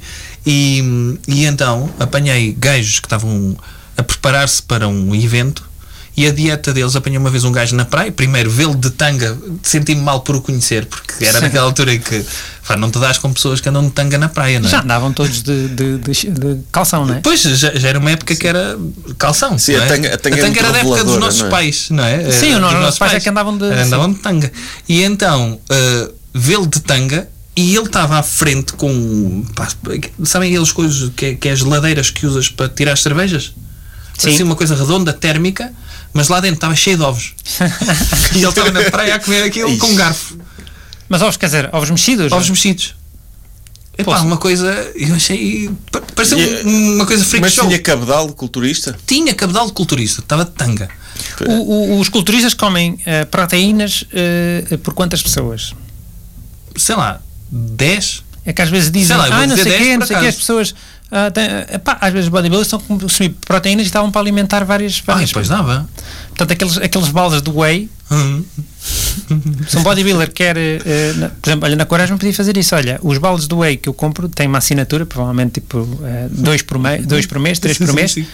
[SPEAKER 5] E, e então apanhei gajos que estavam a preparar-se para um evento. E a dieta deles, apanhei uma vez um gajo na praia, primeiro vê-lo de tanga, senti-me mal por o conhecer, porque era
[SPEAKER 6] Sim.
[SPEAKER 5] naquela altura em que pá, não te dás com pessoas que andam de tanga na praia, não é?
[SPEAKER 6] Já andavam todos de, de, de- de calção, não é?
[SPEAKER 5] Pois, já, já era uma época que era calção.
[SPEAKER 3] Sim,
[SPEAKER 5] não é?
[SPEAKER 3] a tanga- a tanga era muito
[SPEAKER 5] era da época dos
[SPEAKER 3] reveladora,
[SPEAKER 5] nossos
[SPEAKER 3] não é?
[SPEAKER 5] pais, não é?
[SPEAKER 6] Sim,
[SPEAKER 5] Era
[SPEAKER 6] os
[SPEAKER 5] dos
[SPEAKER 6] nossos pais é que andavam de-
[SPEAKER 5] Era, Andavam de tanga. E então, ah, vê-lo de tanga e ele estava à frente com. pá, sabem aquelas coisas que, é- que é as geladeiras que usas para tirar as cervejas?
[SPEAKER 6] Sim.
[SPEAKER 5] Assim, uma coisa redonda, térmica, mas lá dentro estava cheio de ovos. e ele estava na praia a comer aquilo com um garfo.
[SPEAKER 6] Mas ovos, quer dizer, ovos mexidos.
[SPEAKER 5] Ovos
[SPEAKER 6] não é?
[SPEAKER 5] mexidos. Epá,
[SPEAKER 6] Posso?
[SPEAKER 5] uma coisa. Eu achei. pa- Pareceu
[SPEAKER 3] E-
[SPEAKER 5] um- uma coisa freak
[SPEAKER 3] Mas
[SPEAKER 5] show
[SPEAKER 3] tinha cabedal de culturista?
[SPEAKER 5] tinha cabedal de culturista, estava de tanga.
[SPEAKER 6] é? O- o- os culturistas comem eh, proteínas eh, por quantas pessoas?
[SPEAKER 5] Sei lá, 10?
[SPEAKER 6] É que às vezes
[SPEAKER 5] Sei
[SPEAKER 6] dizem,
[SPEAKER 5] lá, eu vou
[SPEAKER 6] ah, não
[SPEAKER 5] dizer
[SPEAKER 6] sei o
[SPEAKER 5] 10
[SPEAKER 6] quê,
[SPEAKER 5] por
[SPEAKER 6] não sei o quê, as
[SPEAKER 5] acaso."
[SPEAKER 6] pessoas. ah, têm- eh, pá, às vezes bodybuilders estão a consumir proteínas e estavam para alimentar várias.
[SPEAKER 5] Ah,
[SPEAKER 6] várias
[SPEAKER 5] pois dava.
[SPEAKER 6] Portanto, aqueles, aqueles baldas do whey,
[SPEAKER 5] Hum.
[SPEAKER 6] se um bodybuilder quer. eh, eh, na- por exemplo, olha, na Quaresma podia fazer isso. Olha, os baldes do whey que eu compro têm uma assinatura, provavelmente tipo eh, dois, por mei- dois por mês, três
[SPEAKER 5] Sim,
[SPEAKER 6] por
[SPEAKER 5] sim,
[SPEAKER 6] mês.
[SPEAKER 5] sim.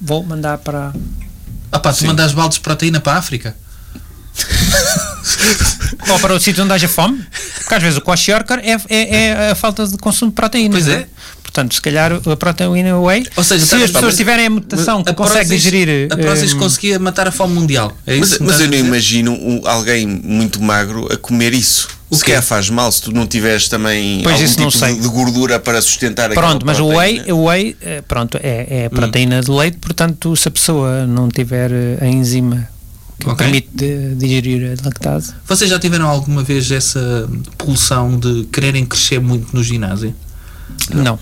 [SPEAKER 6] Vou mandar para.
[SPEAKER 5] Ah pá, tu mandas baldes de proteína para a África.
[SPEAKER 6] Ou para o sítio onde haja fome, porque às vezes o quash yorker é, é- é a falta de consumo de proteína.
[SPEAKER 5] Pois
[SPEAKER 6] não
[SPEAKER 5] é.
[SPEAKER 6] Portanto, se calhar a proteína whey,
[SPEAKER 5] Ou seja,
[SPEAKER 6] se
[SPEAKER 5] tá-
[SPEAKER 6] as
[SPEAKER 5] tá-
[SPEAKER 6] pessoas
[SPEAKER 5] mas-
[SPEAKER 6] tiverem a mutação que
[SPEAKER 5] a
[SPEAKER 6] consegue
[SPEAKER 5] Prozis-
[SPEAKER 6] digerir.
[SPEAKER 5] A Prozis
[SPEAKER 6] eh,
[SPEAKER 5] conseguia matar a fome mundial. É isso
[SPEAKER 3] Mas,
[SPEAKER 5] que me
[SPEAKER 3] mas eu
[SPEAKER 5] estás a
[SPEAKER 3] não
[SPEAKER 5] dizer?
[SPEAKER 3] imagino um- alguém muito magro a comer isso.
[SPEAKER 5] O
[SPEAKER 3] se
[SPEAKER 5] quê?
[SPEAKER 3] calhar faz mal se tu não tiveres também
[SPEAKER 6] Pois,
[SPEAKER 3] algum
[SPEAKER 6] isso não
[SPEAKER 3] tipo
[SPEAKER 6] sei.
[SPEAKER 3] de, de gordura para sustentar aquela
[SPEAKER 6] Pronto, mas o whey,
[SPEAKER 3] proteína.
[SPEAKER 6] o whey eh, pronto, é, é proteína de leite, portanto, se a pessoa não tiver eh, a enzima que
[SPEAKER 5] Ok.
[SPEAKER 6] permite de- digerir a lactase,
[SPEAKER 5] Vocês já tiveram alguma vez essa pulsão de quererem crescer muito no ginásio?
[SPEAKER 6] não.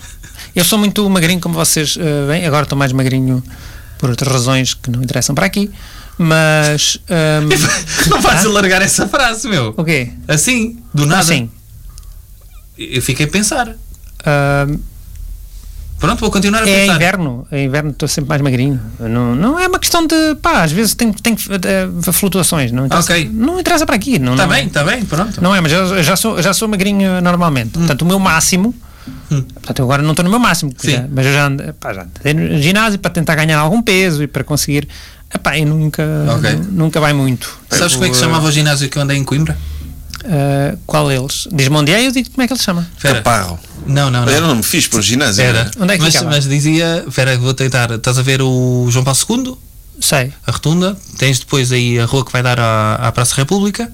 [SPEAKER 6] Eu sou muito magrinho, como vocês eh, veem, agora estou mais magrinho por outras razões que não interessam para aqui, mas. ehm,
[SPEAKER 5] Não vais
[SPEAKER 6] Ah?
[SPEAKER 5] alargar essa frase, meu.
[SPEAKER 6] o quê?
[SPEAKER 5] Assim, do nada.
[SPEAKER 6] Assim.
[SPEAKER 5] Eu fiquei a pensar.
[SPEAKER 6] ehm,
[SPEAKER 5] Pronto, vou continuar a
[SPEAKER 6] É
[SPEAKER 5] pensar.
[SPEAKER 6] inverno, é inverno, estou sempre mais magrinho. Não, não é uma questão de. pá, às vezes tem, tem eh, flutuações, não interessa,
[SPEAKER 5] Ok.
[SPEAKER 6] não interessa para aqui. Não,
[SPEAKER 5] Está
[SPEAKER 6] não é.
[SPEAKER 5] Tá bem, está bem, pronto.
[SPEAKER 6] Não é, mas eu eu já sou, eu já sou magrinho normalmente.
[SPEAKER 5] Hum.
[SPEAKER 6] Portanto, o meu máximo. Portanto, eu agora não estou no meu máximo,
[SPEAKER 5] Sim.
[SPEAKER 6] já- mas eu já ando, pá, já andei no ginásio para tentar ganhar algum peso e para conseguir. Epá, e nunca,
[SPEAKER 5] Ok.
[SPEAKER 6] nu- nunca vai muito.
[SPEAKER 5] Sabes como é que se chamava o ginásio que eu andei em Coimbra?
[SPEAKER 6] Ah, qual deles? Diz-me onde é e eu digo como é que ele se chama.
[SPEAKER 5] Espera.
[SPEAKER 3] Caparro.
[SPEAKER 5] Não, não, não.
[SPEAKER 3] Era Então, não me fiz para o ginásio.
[SPEAKER 5] Era.
[SPEAKER 6] Onde é que
[SPEAKER 5] mas,
[SPEAKER 6] ficava?
[SPEAKER 5] mas dizia, espera, vou tentar. Estás a ver o João Paulo II,
[SPEAKER 6] Sei.
[SPEAKER 5] a rotunda. Tens depois aí a rua que vai dar à, à Praça República.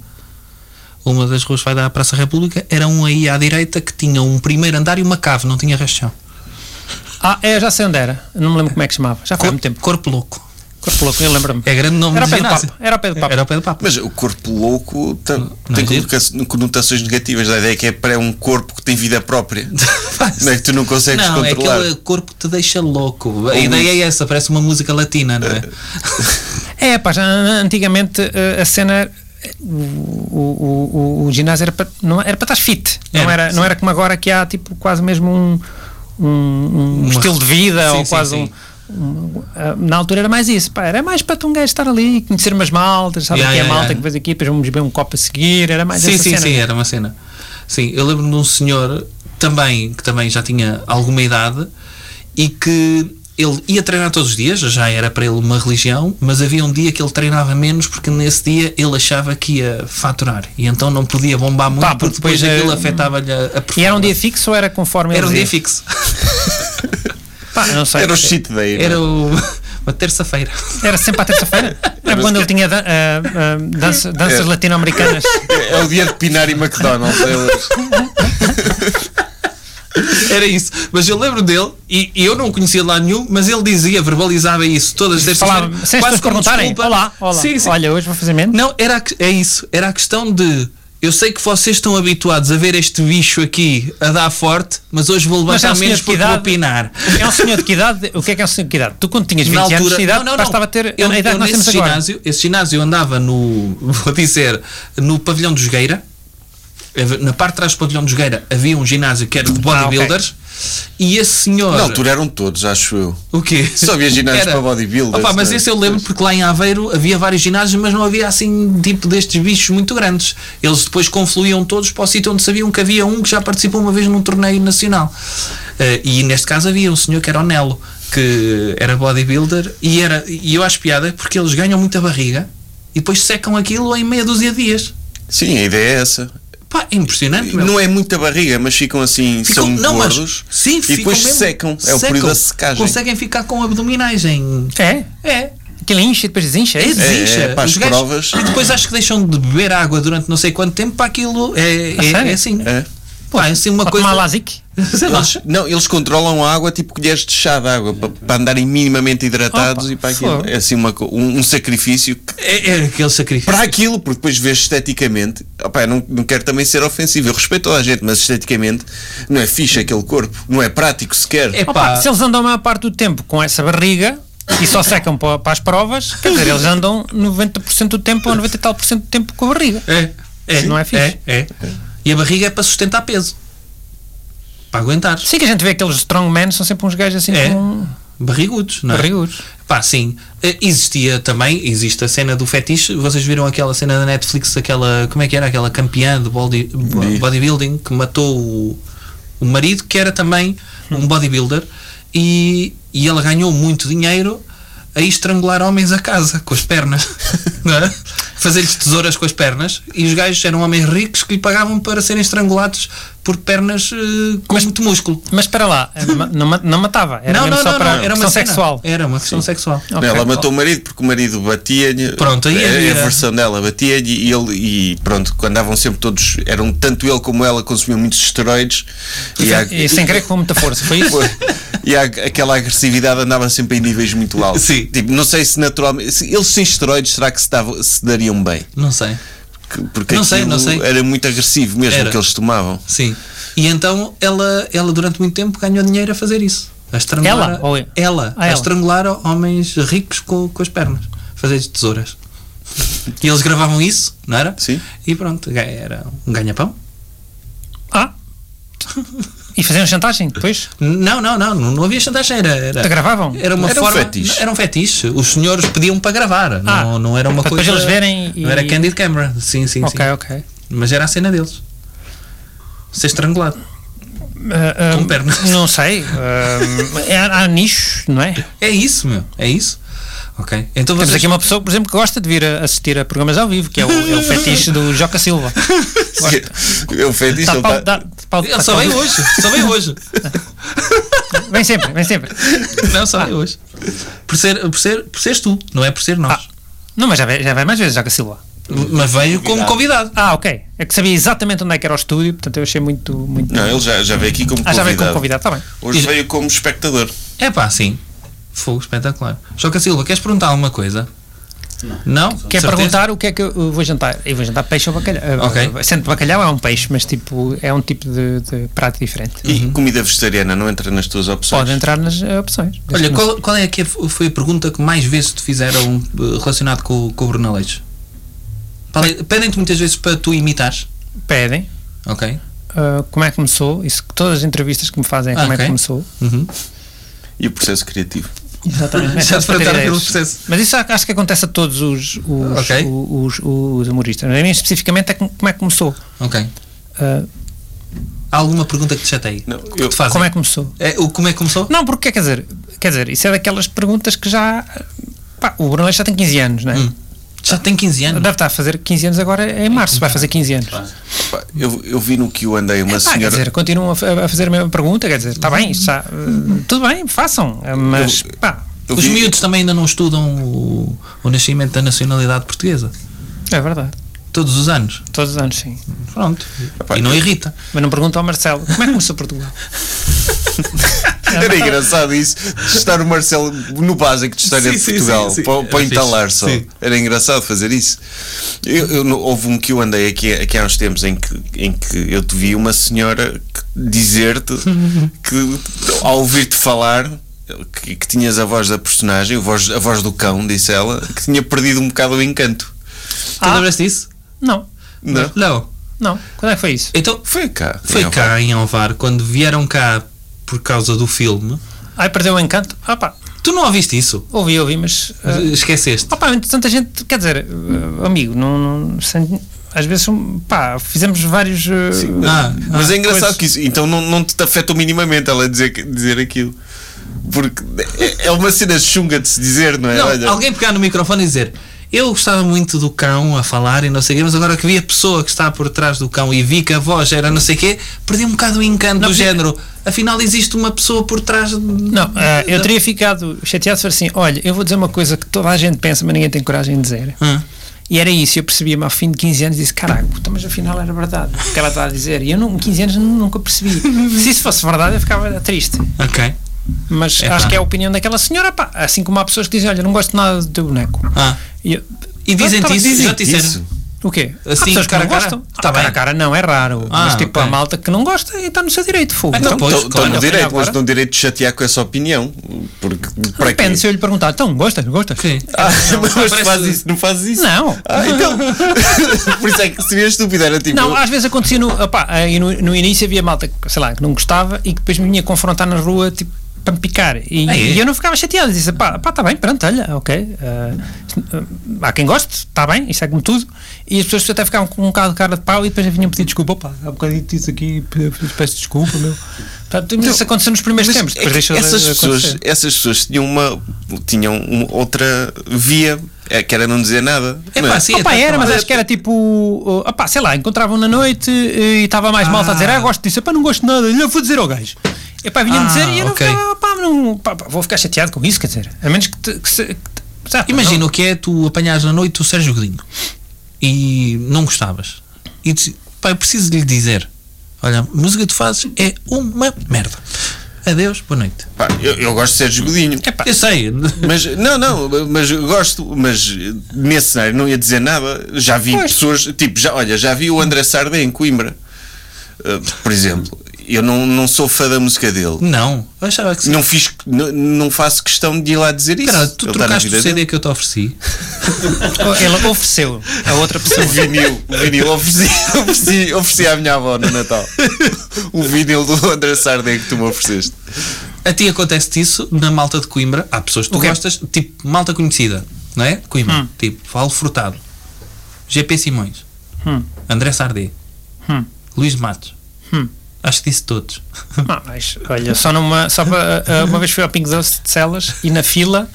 [SPEAKER 5] Uma das ruas que vai dar à Praça República. Era um aí à direita que tinha um primeiro andar e uma cave, não tinha rastão.
[SPEAKER 6] Ah, eu já sei onde era. Não me lembro como é que se chamava. Já faz muito tempo.
[SPEAKER 5] Corpo Louco.
[SPEAKER 6] Corpo louco, eu lembro-me.
[SPEAKER 5] É grande nome
[SPEAKER 6] Era
[SPEAKER 5] de
[SPEAKER 6] ao pé do
[SPEAKER 5] ginásio.
[SPEAKER 6] Papa, era ao pé do Papa.
[SPEAKER 5] Era ao pé do Papa.
[SPEAKER 3] Mas o corpo louco tá-
[SPEAKER 5] não
[SPEAKER 3] tem
[SPEAKER 5] é giro?
[SPEAKER 3] coloca- conotações negativas. A ideia é que é para um corpo que tem vida própria. não é que tu não consegues
[SPEAKER 5] não, é
[SPEAKER 3] controlar.
[SPEAKER 5] aquele corpo que te deixa louco. A ideia é essa, parece uma música latina, não é?
[SPEAKER 6] É, pá, já, antigamente eh, a cena. eh, O, o, o, o ginásio era para, não era para estar fit, não,
[SPEAKER 5] Era,
[SPEAKER 6] era, não
[SPEAKER 5] sim.
[SPEAKER 6] era como agora que há tipo quase mesmo um, um, um
[SPEAKER 5] Uma-
[SPEAKER 6] estilo de vida
[SPEAKER 5] Sim,
[SPEAKER 6] ou
[SPEAKER 5] sim,
[SPEAKER 6] quase
[SPEAKER 5] sim.
[SPEAKER 6] um. um- ah, na altura era mais isso, pá, era mais para tu um gajo estar ali, conhecer umas maltas, sabe
[SPEAKER 5] Yeah,
[SPEAKER 6] aqui a
[SPEAKER 5] yeah,
[SPEAKER 6] malta
[SPEAKER 5] yeah.
[SPEAKER 6] que vais aqui, depois vamos beber um copo a seguir, era mais
[SPEAKER 5] sim,
[SPEAKER 6] essa
[SPEAKER 5] sim,
[SPEAKER 6] cena. é?
[SPEAKER 5] sim, era uma cena. Sim, eu lembro-me de um senhor também, que também já tinha alguma idade e que ele ia treinar todos os dias, já era para ele uma religião, mas havia um dia que ele treinava menos porque nesse dia ele achava que ia faturar e então não podia bombar muito
[SPEAKER 6] Pá, porque
[SPEAKER 5] porque depois
[SPEAKER 6] depois,
[SPEAKER 5] aquilo
[SPEAKER 6] eh,
[SPEAKER 5] afetava-lhe a, a
[SPEAKER 6] E era um dia é.
[SPEAKER 5] performance.
[SPEAKER 6] fixo ou era conforme
[SPEAKER 5] Era um
[SPEAKER 6] ele
[SPEAKER 5] dia
[SPEAKER 6] dizia?
[SPEAKER 5] fixo.
[SPEAKER 6] Pá, não sei.
[SPEAKER 3] Era o shit day. não é?
[SPEAKER 5] Era o- uma terça-feira.
[SPEAKER 6] Era sempre à terça-feira? Era quando ele tinha dan- ah, ah, dança- danças
[SPEAKER 3] Era.
[SPEAKER 6] latino-americanas.
[SPEAKER 3] É o dia de Pinar e McDonald's. é hoje.
[SPEAKER 5] Era isso. Mas eu lembro dele, e, e eu não o conhecia de lá nenhum, mas ele dizia, verbalizava isso todas as
[SPEAKER 6] Falava,
[SPEAKER 5] terças-feiras.
[SPEAKER 6] sem as pessoas
[SPEAKER 5] como
[SPEAKER 6] perguntarem,
[SPEAKER 5] desculpa.
[SPEAKER 6] olá, olá.
[SPEAKER 5] Sim, sim.
[SPEAKER 6] olha, hoje vou fazer menos.
[SPEAKER 5] Não, era, a que- é isso. Era a questão de Eu sei que vocês estão habituados a ver este bicho aqui a dar forte, mas hoje vou
[SPEAKER 6] Mas é
[SPEAKER 5] levantar
[SPEAKER 6] um
[SPEAKER 5] menos
[SPEAKER 6] senhor de
[SPEAKER 5] porque
[SPEAKER 6] que
[SPEAKER 5] vou
[SPEAKER 6] idade?
[SPEAKER 5] opinar.
[SPEAKER 6] É um senhor de que idade? O que é que é um senhor de que idade? Tu quando tinhas 20 anos de idade, bastava ter
[SPEAKER 5] eu,
[SPEAKER 6] a idade é
[SPEAKER 5] eu
[SPEAKER 6] que nós temos
[SPEAKER 5] nesse
[SPEAKER 6] agora.
[SPEAKER 5] ginásio, esse ginásio andava no, vou dizer, no pavilhão de Jogueira. Na parte de trás do pavilhão de Jogueira havia um ginásio que
[SPEAKER 6] Ah,
[SPEAKER 5] era de bodybuilders. E esse senhor.
[SPEAKER 3] Na altura eram todos, acho eu.
[SPEAKER 5] O quê?
[SPEAKER 3] Só havia ginásios
[SPEAKER 5] Era-
[SPEAKER 3] para bodybuilders,
[SPEAKER 5] Opa, mas
[SPEAKER 3] não é?
[SPEAKER 5] esse eu lembro porque lá em Aveiro havia vários ginásios, mas não havia assim tipo destes bichos muito grandes. Eles depois confluíam todos para o sítio onde sabiam que havia um que já participou uma vez num torneio nacional. Eh, e neste caso havia um senhor que era o Nelo, que era bodybuilder e, era, e eu acho piada porque eles ganham muita barriga e depois secam aquilo em meia dúzia de dias.
[SPEAKER 3] Sim, a ideia é essa.
[SPEAKER 5] Pá, é impressionante, meu.
[SPEAKER 3] Não é muita barriga, mas ficam assim,
[SPEAKER 5] Ficam-
[SPEAKER 3] são
[SPEAKER 5] não, mas-
[SPEAKER 3] gordos
[SPEAKER 5] sim,
[SPEAKER 3] e
[SPEAKER 5] ficam
[SPEAKER 3] depois
[SPEAKER 5] mesmo-
[SPEAKER 3] secam. É o período da secagem.
[SPEAKER 5] Conseguem ficar com abdominais em.
[SPEAKER 6] É?
[SPEAKER 5] É,
[SPEAKER 6] Aquilo enche e depois desenche. é
[SPEAKER 5] É,
[SPEAKER 6] isso?
[SPEAKER 5] desincha.
[SPEAKER 3] É, é, para
[SPEAKER 5] Os
[SPEAKER 3] as
[SPEAKER 5] gajos-
[SPEAKER 3] provas.
[SPEAKER 5] E depois acho que deixam de beber água durante não sei quanto tempo para aquilo. É, é,
[SPEAKER 6] sério?
[SPEAKER 5] é assim.
[SPEAKER 3] É.
[SPEAKER 5] Pá, é assim uma
[SPEAKER 6] Ou
[SPEAKER 5] coisa.
[SPEAKER 6] tomar Lasic?
[SPEAKER 5] Sei lá.
[SPEAKER 3] Eles, não, eles controlam a água tipo colheres de chá de água para, para andarem minimamente hidratados
[SPEAKER 6] Opa,
[SPEAKER 3] e para aquilo.
[SPEAKER 6] fogo.
[SPEAKER 3] É assim uma, co- um, um sacrifício que-
[SPEAKER 5] É, é aquele sacrifício.
[SPEAKER 3] para aquilo, porque depois vês esteticamente. Opa, eu não, não quero também ser ofensivo, eu respeito toda a gente, mas esteticamente não é fixe aquele corpo, não é prático sequer.
[SPEAKER 5] É
[SPEAKER 6] Opa,
[SPEAKER 5] pá.
[SPEAKER 6] se eles andam a maior parte do tempo com essa barriga e só secam para, para as provas, quer dizer, eles andam 90% do tempo ou 90 e tal por cento do tempo com a barriga.
[SPEAKER 5] É, é,
[SPEAKER 6] Não é fixe.
[SPEAKER 5] É, é. E a barriga é para sustentar peso. Para aguentar.
[SPEAKER 6] Sim que a gente vê aqueles strongmen, são sempre uns gajos assim
[SPEAKER 5] É.
[SPEAKER 6] com
[SPEAKER 5] Barrigudos, não é?
[SPEAKER 6] barrigudos.
[SPEAKER 5] Pá, sim. Eh, Existia também, existe a cena do fetiche. Vocês viram aquela cena da Netflix, aquela, como é que era? Aquela campeã de body- bo- bodybuilding que matou o, o marido, que era também um bodybuilder, e, e ela ganhou muito dinheiro a estrangular homens a casa com as pernas, não é? fazer-lhes tesouras com as pernas. E os gajos eram homens ricos que lhe pagavam para serem estrangulados por pernas eh, com muito músculo.
[SPEAKER 6] Mas espera lá, eh, ma- não, ma- não matava, era
[SPEAKER 5] não,
[SPEAKER 6] mesmo
[SPEAKER 5] não,
[SPEAKER 6] só
[SPEAKER 5] não,
[SPEAKER 6] para
[SPEAKER 5] não, era uma
[SPEAKER 6] questão
[SPEAKER 5] cena.
[SPEAKER 6] sexual.
[SPEAKER 5] Era uma questão sexual.
[SPEAKER 3] Não,
[SPEAKER 6] Ok.
[SPEAKER 3] Ela matou o marido porque o marido batia-lhe.
[SPEAKER 5] Pronto, aí
[SPEAKER 3] é
[SPEAKER 5] havia-
[SPEAKER 3] a versão dela, batia-lhe e ele e pronto, quando andavam sempre todos, eram tanto ele como ela consumiam muitos esteroides
[SPEAKER 6] E,
[SPEAKER 3] há-
[SPEAKER 6] e sem querer com muita força, foi é isso?
[SPEAKER 3] e há- aquela agressividade andava sempre em níveis muito altos.
[SPEAKER 5] Sim.
[SPEAKER 3] Tipo, não sei se naturalmente. se eles sem esteroides, será que se, davam- se dariam bem?
[SPEAKER 5] Não sei.
[SPEAKER 3] Que- Porque
[SPEAKER 5] Não sei,
[SPEAKER 3] aquilo
[SPEAKER 5] não sei.
[SPEAKER 3] era muito agressivo mesmo
[SPEAKER 5] Era.
[SPEAKER 3] que eles tomavam.
[SPEAKER 5] Sim. E então ela, ela durante muito tempo ganhou dinheiro a fazer isso. A estrangular,
[SPEAKER 6] Ela? Ou eu?
[SPEAKER 5] Ela,
[SPEAKER 6] Ah,
[SPEAKER 5] a
[SPEAKER 6] ela.
[SPEAKER 5] estrangular homens ricos com, com as pernas. Fazer tesouras. E eles gravavam isso, não era?
[SPEAKER 3] Sim.
[SPEAKER 5] E pronto, ga- era um ganha-pão.
[SPEAKER 6] Ah! E faziam chantagem depois?
[SPEAKER 5] Não, não, não, não, não havia chantagem. Era, era,
[SPEAKER 6] Ah, Gravavam?
[SPEAKER 5] Era uma
[SPEAKER 3] Era um
[SPEAKER 5] forma.
[SPEAKER 3] fetiche.
[SPEAKER 5] Era um fetiche. Os senhores pediam para gravar. não, não era uma
[SPEAKER 6] Ah, para
[SPEAKER 5] coisa.
[SPEAKER 6] depois eles verem e-
[SPEAKER 5] Não era candid camera. Sim, sim,
[SPEAKER 6] ok,
[SPEAKER 5] sim.
[SPEAKER 6] ok.
[SPEAKER 5] Mas era a cena deles. Ser estrangulado.
[SPEAKER 6] Ah, ah,
[SPEAKER 5] Com pernas.
[SPEAKER 6] Não sei. ah, é- há nichos, não é?
[SPEAKER 5] É isso, meu. É isso. Ok. Então
[SPEAKER 6] Temos
[SPEAKER 5] vocês...
[SPEAKER 6] aqui uma pessoa, por exemplo, que gosta de vir a assistir a programas ao vivo, que é o, é o fetiche do Joca Silva.
[SPEAKER 3] Eu fiz isto,
[SPEAKER 6] Tá
[SPEAKER 3] ele
[SPEAKER 6] pau-
[SPEAKER 3] tá-
[SPEAKER 6] dá- pau-
[SPEAKER 5] Ele
[SPEAKER 6] tá
[SPEAKER 5] só
[SPEAKER 6] pau-
[SPEAKER 5] veio hoje. Só veio hoje.
[SPEAKER 6] Vem sempre, vem sempre.
[SPEAKER 5] Não, só veio hoje. Por, ser, por, ser, por seres tu, não é por ser nós.
[SPEAKER 6] Não, mas já vem, já vem mais vezes Joca Silva.
[SPEAKER 5] Mas veio como convidado.
[SPEAKER 6] Ah, ok. É que sabia exatamente onde é que era o estúdio, portanto eu achei muito. muito...
[SPEAKER 3] Não, ele já, já veio aqui como
[SPEAKER 6] ah, já veio como
[SPEAKER 3] convidado.
[SPEAKER 6] convidado, está bem.
[SPEAKER 3] Hoje veio como espectador.
[SPEAKER 5] É pá, sim. Fogo espetacular. Joca Silva, queres perguntar alguma coisa? Não?
[SPEAKER 6] Quer
[SPEAKER 5] Certeza?
[SPEAKER 6] perguntar o que é que eu vou jantar? Eu vou jantar peixe ou bacalhau. Ah,
[SPEAKER 5] Ok.
[SPEAKER 6] Sendo bacalhau é um peixe, mas tipo, é um tipo de, de prato diferente.
[SPEAKER 3] E comida vegetariana não entra nas tuas opções.
[SPEAKER 6] Pode entrar nas eh, opções.
[SPEAKER 5] Olha, qual, qual é que foi a pergunta que mais vezes te fizeram eh, relacionado com, o- com o Bruno Aleixo? Pedem- Pedem-te muitas vezes para tu imitares.
[SPEAKER 6] Pedem.
[SPEAKER 5] Ok.
[SPEAKER 6] ah, como é que começou? Isso que todas as entrevistas que me fazem é
[SPEAKER 5] Ah,
[SPEAKER 6] como é
[SPEAKER 5] ok.
[SPEAKER 6] que começou.
[SPEAKER 5] Uhum.
[SPEAKER 3] E o processo criativo.
[SPEAKER 6] Exatamente.
[SPEAKER 5] Já te
[SPEAKER 6] Para ter
[SPEAKER 5] perguntaram
[SPEAKER 6] ideias.
[SPEAKER 5] pelo processo.
[SPEAKER 6] Mas isso acho que acontece a todos os, os,
[SPEAKER 5] Ok.
[SPEAKER 6] os, os- os humoristas. A mim especificamente é com- como é que começou.
[SPEAKER 5] Ok.
[SPEAKER 6] Ah,
[SPEAKER 5] Há alguma pergunta que te chateie?
[SPEAKER 3] Não,
[SPEAKER 5] que
[SPEAKER 3] eu-
[SPEAKER 5] te fazem?
[SPEAKER 6] como é que começou?
[SPEAKER 5] É, o como é que começou?
[SPEAKER 6] Não, porque quer dizer, quer dizer, isso é daquelas perguntas que já. eh, Pá, o Bruno Leixo já tem 15 anos, não é?
[SPEAKER 5] Hum. Já tem 15 anos.
[SPEAKER 6] Deve estar a fazer 15 anos agora, é em março, vai fazer 15 anos. Pá,
[SPEAKER 3] Pá, Eu, eu vi no que o andei uma
[SPEAKER 6] quer
[SPEAKER 3] senhora.
[SPEAKER 6] dizer, continuam a fa- a fazer a mesma pergunta, quer dizer, está bem, está, tudo bem, façam, eh, mas pá,
[SPEAKER 3] eu
[SPEAKER 5] Os
[SPEAKER 3] vi-
[SPEAKER 5] miúdos também ainda não estudam o, o nascimento da nacionalidade portuguesa.
[SPEAKER 6] é verdade.
[SPEAKER 5] Todos os anos.
[SPEAKER 6] Todos os anos, sim.
[SPEAKER 5] Pronto.
[SPEAKER 3] Epá,
[SPEAKER 5] E não irrita.
[SPEAKER 6] Mas não pergunta ao Marcelo como é que começou Portugal?
[SPEAKER 3] Era engraçado isso, de estar o Marcelo no básico de
[SPEAKER 5] Sim,
[SPEAKER 3] História de
[SPEAKER 5] sim,
[SPEAKER 3] Portugal,
[SPEAKER 5] sim, sim.
[SPEAKER 3] para, para
[SPEAKER 5] Era fixe,
[SPEAKER 3] entalar só.
[SPEAKER 5] sim.
[SPEAKER 3] Era engraçado fazer isso. Eu, eu no- houve um que eu andei aqui, aqui há uns tempos em que, em que eu te vi uma senhora que- dizer-te que, ao ouvir-te falar, que, que tinhas a voz da personagem, a voz, a voz do cão, disse ela, que tinha perdido um bocado o encanto.
[SPEAKER 5] Tu lembras disso?
[SPEAKER 6] Não,
[SPEAKER 3] Não?
[SPEAKER 5] Não.
[SPEAKER 6] não. Quando é que foi isso?
[SPEAKER 5] Então,
[SPEAKER 3] Foi cá.
[SPEAKER 5] foi
[SPEAKER 3] Não,
[SPEAKER 5] cá em Alvar, quando vieram cá por causa do filme.
[SPEAKER 6] Ai, perdeu o encanto? Ah pá,
[SPEAKER 5] Tu não ouviste isso?
[SPEAKER 6] ouvi, ouvi, mas... ah,
[SPEAKER 5] Esqueceste.
[SPEAKER 3] eh,
[SPEAKER 6] Ah pá, entre tanta gente, quer dizer, eh, amigo, não, não- sem- às vezes, são- pá, fizemos vários... eh,
[SPEAKER 5] Ah,
[SPEAKER 3] Mas
[SPEAKER 5] ah,
[SPEAKER 3] é engraçado
[SPEAKER 6] pois.
[SPEAKER 3] que isso, então não, não te afeta minimamente ela dizer, que- dizer aquilo. Porque é- é uma cena chunga de se dizer, não é?
[SPEAKER 5] Não,
[SPEAKER 3] Olha,
[SPEAKER 5] alguém pegar no microfone e dizer eu gostava muito do cão a falar e não sei o quê, mas agora que vi a pessoa que está por trás do cão e vi que a voz era não sei o quê, perdi um bocado o encanto do
[SPEAKER 6] porque-
[SPEAKER 5] género. Afinal, existe uma pessoa por trás.
[SPEAKER 6] Não, ah, eu teria ficado chateado se fosse assim, olha, eu vou dizer uma coisa que toda a gente pensa, mas ninguém tem coragem de dizer.
[SPEAKER 5] Ah.
[SPEAKER 6] E era isso, eu percebia-me ao fim de 15 anos e disse, caraca, puta, mas afinal era verdade o que ela estava a dizer. E eu, não, 15 anos, nu- nunca percebi. Se isso fosse verdade, eu ficava triste.
[SPEAKER 5] Ok.
[SPEAKER 6] Mas
[SPEAKER 5] É
[SPEAKER 6] acho
[SPEAKER 5] pá.
[SPEAKER 6] que é a opinião daquela senhora, pá. Assim como há pessoas que dizem, olha, não gosto nada do teu boneco.
[SPEAKER 5] Ah.
[SPEAKER 6] E, eu-
[SPEAKER 5] E dizem-te
[SPEAKER 6] Pronto,
[SPEAKER 5] isso?
[SPEAKER 6] dizem
[SPEAKER 5] Já te disseram?
[SPEAKER 3] isso.
[SPEAKER 6] O quê? Há
[SPEAKER 5] Assim,
[SPEAKER 6] pessoas que
[SPEAKER 5] cara
[SPEAKER 6] não
[SPEAKER 5] a cara?
[SPEAKER 6] gostam.
[SPEAKER 5] Tá
[SPEAKER 6] Ah, cara
[SPEAKER 5] bem.
[SPEAKER 6] a cara não, é raro.
[SPEAKER 5] Ah,
[SPEAKER 6] mas tipo,
[SPEAKER 5] ok.
[SPEAKER 6] a malta que não gosta e está no seu direito, fogo.
[SPEAKER 5] Então, pois,
[SPEAKER 3] Estou
[SPEAKER 5] claro.
[SPEAKER 3] no
[SPEAKER 5] Olha,
[SPEAKER 3] direito, mas
[SPEAKER 6] agora-
[SPEAKER 3] não direito de chatear com essa opinião. Porque para quê?
[SPEAKER 6] Depende se eu lhe perguntar, então, gostas, não gostas?
[SPEAKER 5] Sim.
[SPEAKER 3] Ah, mas
[SPEAKER 5] parece-
[SPEAKER 3] faz isso, não faz isso.
[SPEAKER 6] Não.
[SPEAKER 3] Ah, então. Por isso é que seria estúpido, era tipo.
[SPEAKER 6] Não, ah, às vezes acontecia no, opá, aí no, no início havia malta que, sei lá, que não gostava e que depois me vinha confrontar na rua tipo, para me picar. E,
[SPEAKER 5] Ah, é?
[SPEAKER 6] e eu não ficava chateado. Dizia, pá, pá, está bem, pronto, olha, ok. ah, isto, ah, há quem goste, está bem, isso é como tudo. E as pessoas até ficavam com um bocado de cara de pau e depois vinham pedir desculpa. Opa, há um bocadinho disso aqui, pe- peço desculpa, meu. Portanto, mas isso aconteceu nos primeiros
[SPEAKER 3] Então, Mas
[SPEAKER 6] tempos.
[SPEAKER 3] é que
[SPEAKER 6] Depois deixou de
[SPEAKER 3] essas,
[SPEAKER 6] acontecer.
[SPEAKER 3] pessoas, essas pessoas tinham uma, tinham uma outra via, é, que era não dizer nada.
[SPEAKER 5] É
[SPEAKER 3] não
[SPEAKER 5] pá, sim,
[SPEAKER 6] Opa,
[SPEAKER 5] até
[SPEAKER 6] era, mas
[SPEAKER 5] falar.
[SPEAKER 6] acho que era tipo. uh, opá, sei lá, encontravam na noite eh, e estava mais malta a dizer, ah, gosto disso, epá, não gosto de nada, eu vou dizer ao gajo. Epá, vinha
[SPEAKER 5] Ah,
[SPEAKER 6] dizer e eu não
[SPEAKER 5] ok.
[SPEAKER 6] ficava, opá, não, pá, pá, vou ficar chateado com isso, quer dizer, a menos que. te- que se- que te- sabe,
[SPEAKER 5] Imagina o que é tu apanhares na noite o Sérgio Godinho e não gostavas. E dizes, pá, eu preciso de lhe dizer: olha, a música que tu fazes é uma merda. Adeus, boa noite.
[SPEAKER 3] Pá, eu, eu gosto de Sérgio Godinho.
[SPEAKER 5] Eu sei.
[SPEAKER 3] Mas, não, não, mas eu gosto, mas eh, nesse cenário não ia dizer nada. Já vi pessoas, tipo, já, olha, já vi o André Sardé em Coimbra, eh, por exemplo. Eu não, não sou fã da música dele.
[SPEAKER 5] Não, eu achava que sim.
[SPEAKER 3] Não, fiz, não, não faço questão de ir lá dizer isso.
[SPEAKER 5] Cara, tu
[SPEAKER 3] Ele está na
[SPEAKER 5] trocaste
[SPEAKER 3] vida
[SPEAKER 5] o CD
[SPEAKER 3] dele.
[SPEAKER 5] que eu te ofereci.
[SPEAKER 6] não, ele ofereceu a outra pessoa.
[SPEAKER 3] O vinil, o vinil ofereci, ofereci, ofereci à minha avó no Natal. O vinil do André Sardé que tu me ofereceste.
[SPEAKER 5] A ti acontece isso na malta de Coimbra. Há pessoas que tu
[SPEAKER 6] O quê?
[SPEAKER 5] gostas, tipo malta conhecida, não é? Coimbra, tipo Falo Furtado, GP Simões, André Sardé, Luís Matos. Acho que disse todos.
[SPEAKER 6] Ah, mas, olha, só numa. Só para, ah, uma vez fui ao Pingo Doce de Celas e na fila,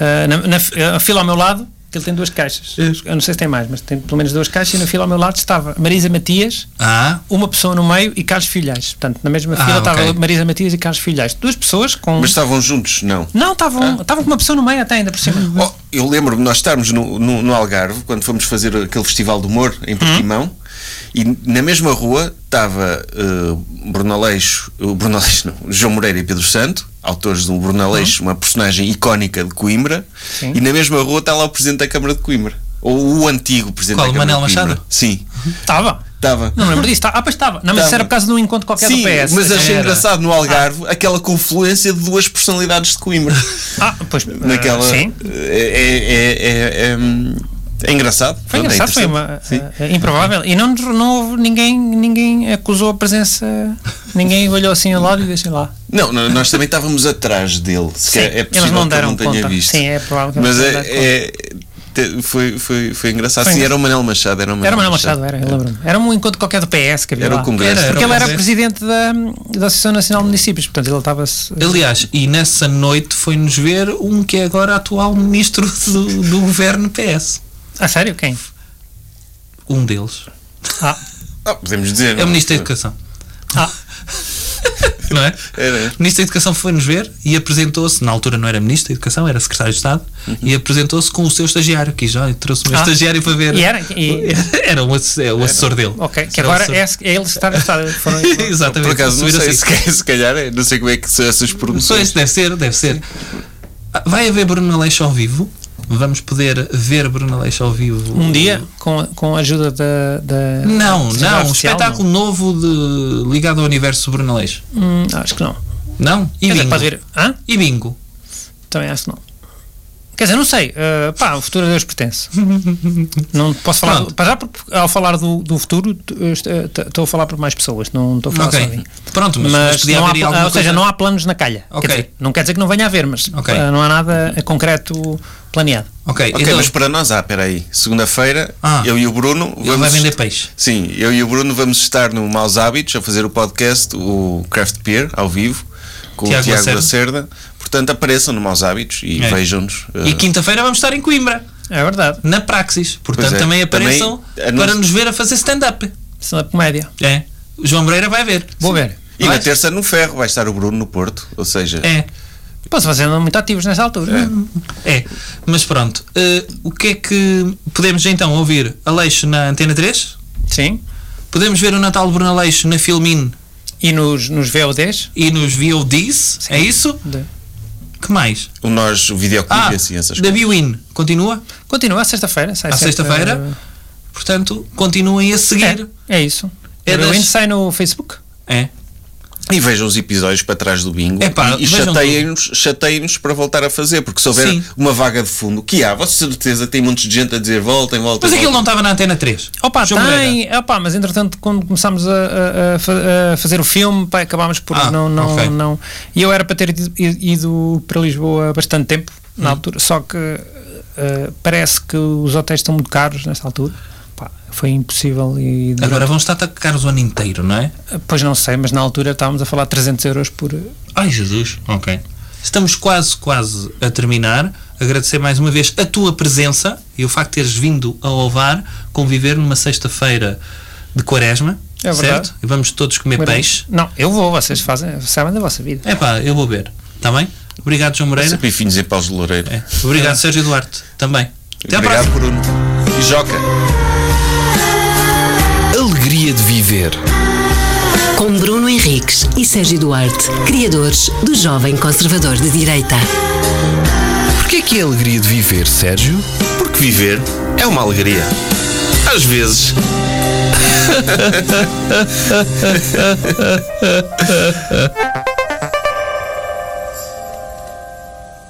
[SPEAKER 6] ah, na, na fi- a fila ao meu lado, que ele tem duas caixas. Eu não sei se tem mais, mas tem pelo menos duas caixas e na fila ao meu lado estava Marisa Matias.
[SPEAKER 5] Ah,
[SPEAKER 6] uma pessoa no meio e Carlos Filhais. Portanto, na mesma
[SPEAKER 5] Ah,
[SPEAKER 6] fila estava
[SPEAKER 5] ok.
[SPEAKER 6] Marisa Matias e Carlos Filhais. Duas pessoas com.
[SPEAKER 3] Mas tá- Ah. estavam juntos? Não.
[SPEAKER 6] Não, estavam estavam com uma pessoa no meio até ainda por cima.
[SPEAKER 3] Oh, eu lembro-me nós estarmos no, no- no Algarve, quando fomos fazer aquele festival do humor em Portimão, e na mesma rua estava eh, Bruno Aleixo, o Bruno Aleixo não, João Moreira e Pedro Santo, autores do Bruno Aleixo,
[SPEAKER 5] Uhum.
[SPEAKER 3] uma personagem icónica de Coimbra,
[SPEAKER 6] Sim.
[SPEAKER 3] e na mesma rua está lá o Presidente da Câmara de Coimbra. Ou o antigo Presidente
[SPEAKER 5] Qual,
[SPEAKER 3] da Câmara
[SPEAKER 5] Manel
[SPEAKER 3] de Coimbra.
[SPEAKER 5] Machado? é
[SPEAKER 3] Sim,
[SPEAKER 6] Estava.
[SPEAKER 3] estava.
[SPEAKER 6] Não me lembro disso. Tá- Ah, pois estava. Não, mas isso
[SPEAKER 3] Estava.
[SPEAKER 6] era por causa de um encontro qualquer
[SPEAKER 3] Sim,
[SPEAKER 6] do PS.
[SPEAKER 3] mas achei
[SPEAKER 5] era.
[SPEAKER 3] engraçado no Algarve aquela confluência de duas personalidades de Coimbra.
[SPEAKER 6] Ah, pois. ah,
[SPEAKER 3] Naquela.
[SPEAKER 6] Sim.
[SPEAKER 3] É, é- é- é- é, hum, é engraçado.
[SPEAKER 6] Foi
[SPEAKER 3] Pronto, é
[SPEAKER 6] engraçado, foi uma,
[SPEAKER 3] interessante. Sim.
[SPEAKER 6] ah, ah, improvável. E não, nos- não houve ninguém, ninguém acusou a presença, ninguém olhou assim ao lado e deixei lá.
[SPEAKER 3] Não, não, nós também estávamos atrás dele. Se
[SPEAKER 6] Sim,
[SPEAKER 3] é
[SPEAKER 6] eles
[SPEAKER 3] possível
[SPEAKER 6] não
[SPEAKER 3] que eu
[SPEAKER 6] deram
[SPEAKER 3] não tenha
[SPEAKER 6] conta.
[SPEAKER 3] visto.
[SPEAKER 6] Sim, é provável que
[SPEAKER 3] Mas
[SPEAKER 6] eles não
[SPEAKER 3] é,
[SPEAKER 6] tenham dado
[SPEAKER 3] é- te- foi, foi, foi engraçado.
[SPEAKER 6] Foi
[SPEAKER 3] Sim, era o Manel Machado. Era o Manel,
[SPEAKER 6] Era Manuel Machado, era, eu lembro-me. Era um encontro qualquer do PS que havia
[SPEAKER 3] Era o
[SPEAKER 6] lá.
[SPEAKER 3] Congresso.
[SPEAKER 5] Era,
[SPEAKER 6] Porque ele era
[SPEAKER 5] Congresso.
[SPEAKER 6] presidente da, da Associação Nacional de Municípios, portanto ele estava-se
[SPEAKER 5] aliás, e nessa noite foi-nos ver um que é agora atual ministro do, do governo PS.
[SPEAKER 6] A sério? Quem?
[SPEAKER 5] Um deles.
[SPEAKER 6] Ah,
[SPEAKER 3] Ah, podemos dizer.
[SPEAKER 5] É o
[SPEAKER 3] não?
[SPEAKER 5] ministro da Educação.
[SPEAKER 6] ah.
[SPEAKER 5] não é?
[SPEAKER 3] Era.
[SPEAKER 5] O Ministro da Educação foi-nos ver e apresentou-se, na altura não era Ministro da Educação, era Secretário de Estado, e apresentou-se com o seu estagiário, que já trouxe o meu
[SPEAKER 6] Ah.
[SPEAKER 5] estagiário para ver.
[SPEAKER 6] E era? E-
[SPEAKER 5] Era o, ass- é, o assessor dele.
[SPEAKER 6] Ok, que
[SPEAKER 5] Era o
[SPEAKER 6] agora
[SPEAKER 5] assessor-
[SPEAKER 6] é, é ele estar no estado. Foram,
[SPEAKER 5] Exatamente.
[SPEAKER 3] Por acaso, não
[SPEAKER 5] assumir
[SPEAKER 3] sei,
[SPEAKER 5] assim.
[SPEAKER 3] se, calhar, se calhar, é, não sei como é que são essas
[SPEAKER 5] Só
[SPEAKER 3] promoções.
[SPEAKER 5] isso deve ser, deve ser. Ah, Vai haver Bruno Aleixo ao vivo. Vamos poder ver Bruno Aleixo ao vivo.
[SPEAKER 6] um dia, com, a- com a ajuda da. da
[SPEAKER 5] Não,
[SPEAKER 6] da
[SPEAKER 5] não. Um
[SPEAKER 6] oficial,
[SPEAKER 5] espetáculo novo de, ligado ao universo Bruno Aleixo.
[SPEAKER 6] não? Hum, acho que não.
[SPEAKER 5] Não? E
[SPEAKER 6] Quer dizer,
[SPEAKER 5] bingo.
[SPEAKER 6] pode vir. Hã?
[SPEAKER 5] E bingo.
[SPEAKER 6] Também acho que não. Quer dizer, não sei. eh, pá, o futuro a Deus pertence. não posso falar.
[SPEAKER 5] Pronto.
[SPEAKER 6] do- Para já, porque ao falar do, do futuro, tu- eu est- eh, t- estou a falar por mais pessoas, não estou a falar
[SPEAKER 5] Ok.
[SPEAKER 6] sozinho.
[SPEAKER 5] Pronto, mas,
[SPEAKER 6] Mas,
[SPEAKER 5] mas podia
[SPEAKER 6] não há,
[SPEAKER 5] haver
[SPEAKER 6] pla-
[SPEAKER 5] alguma
[SPEAKER 6] ou seja,
[SPEAKER 5] coisa-
[SPEAKER 6] não há planos na calha. Quer
[SPEAKER 5] Ok.
[SPEAKER 6] dizer, não quer dizer que não venha a haver, mas
[SPEAKER 5] Ok.
[SPEAKER 6] eh, não há nada eh, concreto planeado.
[SPEAKER 5] Ok,
[SPEAKER 3] Ok,
[SPEAKER 5] então,
[SPEAKER 3] mas para nós, ah, peraí, segunda-feira,
[SPEAKER 5] Ah.
[SPEAKER 3] eu e o Bruno
[SPEAKER 5] ele vai vender peixe.
[SPEAKER 3] Sim, eu e o Bruno vamos estar no Maus Hábitos a fazer o podcast, o Craft Beer, ao vivo, com
[SPEAKER 5] Tiago
[SPEAKER 3] o Tiago
[SPEAKER 5] Lacerda.
[SPEAKER 3] Lacerda. Portanto, apareçam no Maus Hábitos e
[SPEAKER 5] É.
[SPEAKER 3] vejam-nos.
[SPEAKER 5] E
[SPEAKER 3] eh,
[SPEAKER 5] quinta-feira vamos estar em Coimbra,
[SPEAKER 6] É verdade.
[SPEAKER 5] na Praxis. Portanto,
[SPEAKER 3] Pois é,
[SPEAKER 5] também
[SPEAKER 3] também
[SPEAKER 5] apareçam
[SPEAKER 3] anun-
[SPEAKER 5] para nos ver a fazer stand-up.
[SPEAKER 6] Isso é comédia.
[SPEAKER 5] É. O João Moreira vai ver.
[SPEAKER 6] Vou ver.
[SPEAKER 3] e na
[SPEAKER 5] Vais?
[SPEAKER 3] terça, no Ferro, vai estar o Bruno no Porto. Ou seja,
[SPEAKER 5] É.
[SPEAKER 6] Pois vocês andam muito ativos nessa altura.
[SPEAKER 5] É, mas pronto. eh, o que é que podemos então ouvir Aleixo na Antena 3?
[SPEAKER 6] Sim.
[SPEAKER 5] Podemos ver o Natal de Bruno Aleixo na Filmin
[SPEAKER 6] E nos, nos VODs?
[SPEAKER 5] e nos VODs? É isso?
[SPEAKER 6] De-
[SPEAKER 5] Que mais?
[SPEAKER 3] o nós, o videoclube
[SPEAKER 5] Ah,
[SPEAKER 3] e assim, essas
[SPEAKER 5] da Biwin. Continua?
[SPEAKER 6] Continua à sexta-feira. sai
[SPEAKER 5] À
[SPEAKER 6] sempre,
[SPEAKER 5] sexta-feira. Portanto, continuem a
[SPEAKER 6] eh,
[SPEAKER 5] seguir.
[SPEAKER 6] É, é isso.
[SPEAKER 5] É
[SPEAKER 6] o
[SPEAKER 5] das-
[SPEAKER 6] Wind sai no Facebook.
[SPEAKER 5] É.
[SPEAKER 3] E vejam os episódios para trás do bingo
[SPEAKER 5] Epá,
[SPEAKER 3] e, e
[SPEAKER 5] vejam
[SPEAKER 3] chateiem-nos chateiem-nos para voltar a fazer, porque se houver
[SPEAKER 5] Sim.
[SPEAKER 3] uma vaga de fundo, que há, vossa certeza tem montes de gente a dizer voltem, voltem.
[SPEAKER 5] Mas aquilo
[SPEAKER 3] voltem.
[SPEAKER 5] não estava na Antena 3.
[SPEAKER 6] Opa,
[SPEAKER 5] João Moreira.
[SPEAKER 6] tem. Opa, mas entretanto, quando começámos a, a- a fa- a fazer o filme, pá, acabámos por
[SPEAKER 5] Ah,
[SPEAKER 6] não, não,
[SPEAKER 5] ok.
[SPEAKER 6] não. E eu era para ter ido, ido para Lisboa há bastante tempo,
[SPEAKER 5] Hum.
[SPEAKER 6] na altura, só que eh, parece que os hotéis estão muito caros nesta altura. Pá, foi impossível e. durante-
[SPEAKER 5] Agora vão estar a tocar o ano inteiro, não é?
[SPEAKER 6] Pois não sei, mas na altura estávamos a falar de 300 euros por.
[SPEAKER 5] Ai Jesus, ok. Estamos quase, quase a terminar. Agradecer mais uma vez a tua presença e o facto de teres vindo a Ovar conviver numa sexta-feira de quaresma.
[SPEAKER 6] É verdade.
[SPEAKER 5] Certo? E vamos todos comer É peixe.
[SPEAKER 6] Não, eu vou, vocês fazem, sabem da vossa vida.
[SPEAKER 5] É pá, eu vou ver. Está bem? Obrigado, João Moreira.
[SPEAKER 3] Sempre finos em paus de loureiro.
[SPEAKER 5] É. Obrigado, Sérgio Duarte. Também. Até à próxima.
[SPEAKER 3] Obrigado, Bruno. E Joca.
[SPEAKER 2] Alegria de viver.
[SPEAKER 4] Com Bruno Henriques e Sérgio Duarte, criadores do Jovem Conservador de Direita.
[SPEAKER 2] Porquê que é alegria de viver, Sérgio?
[SPEAKER 7] Porque viver é uma alegria. Às vezes.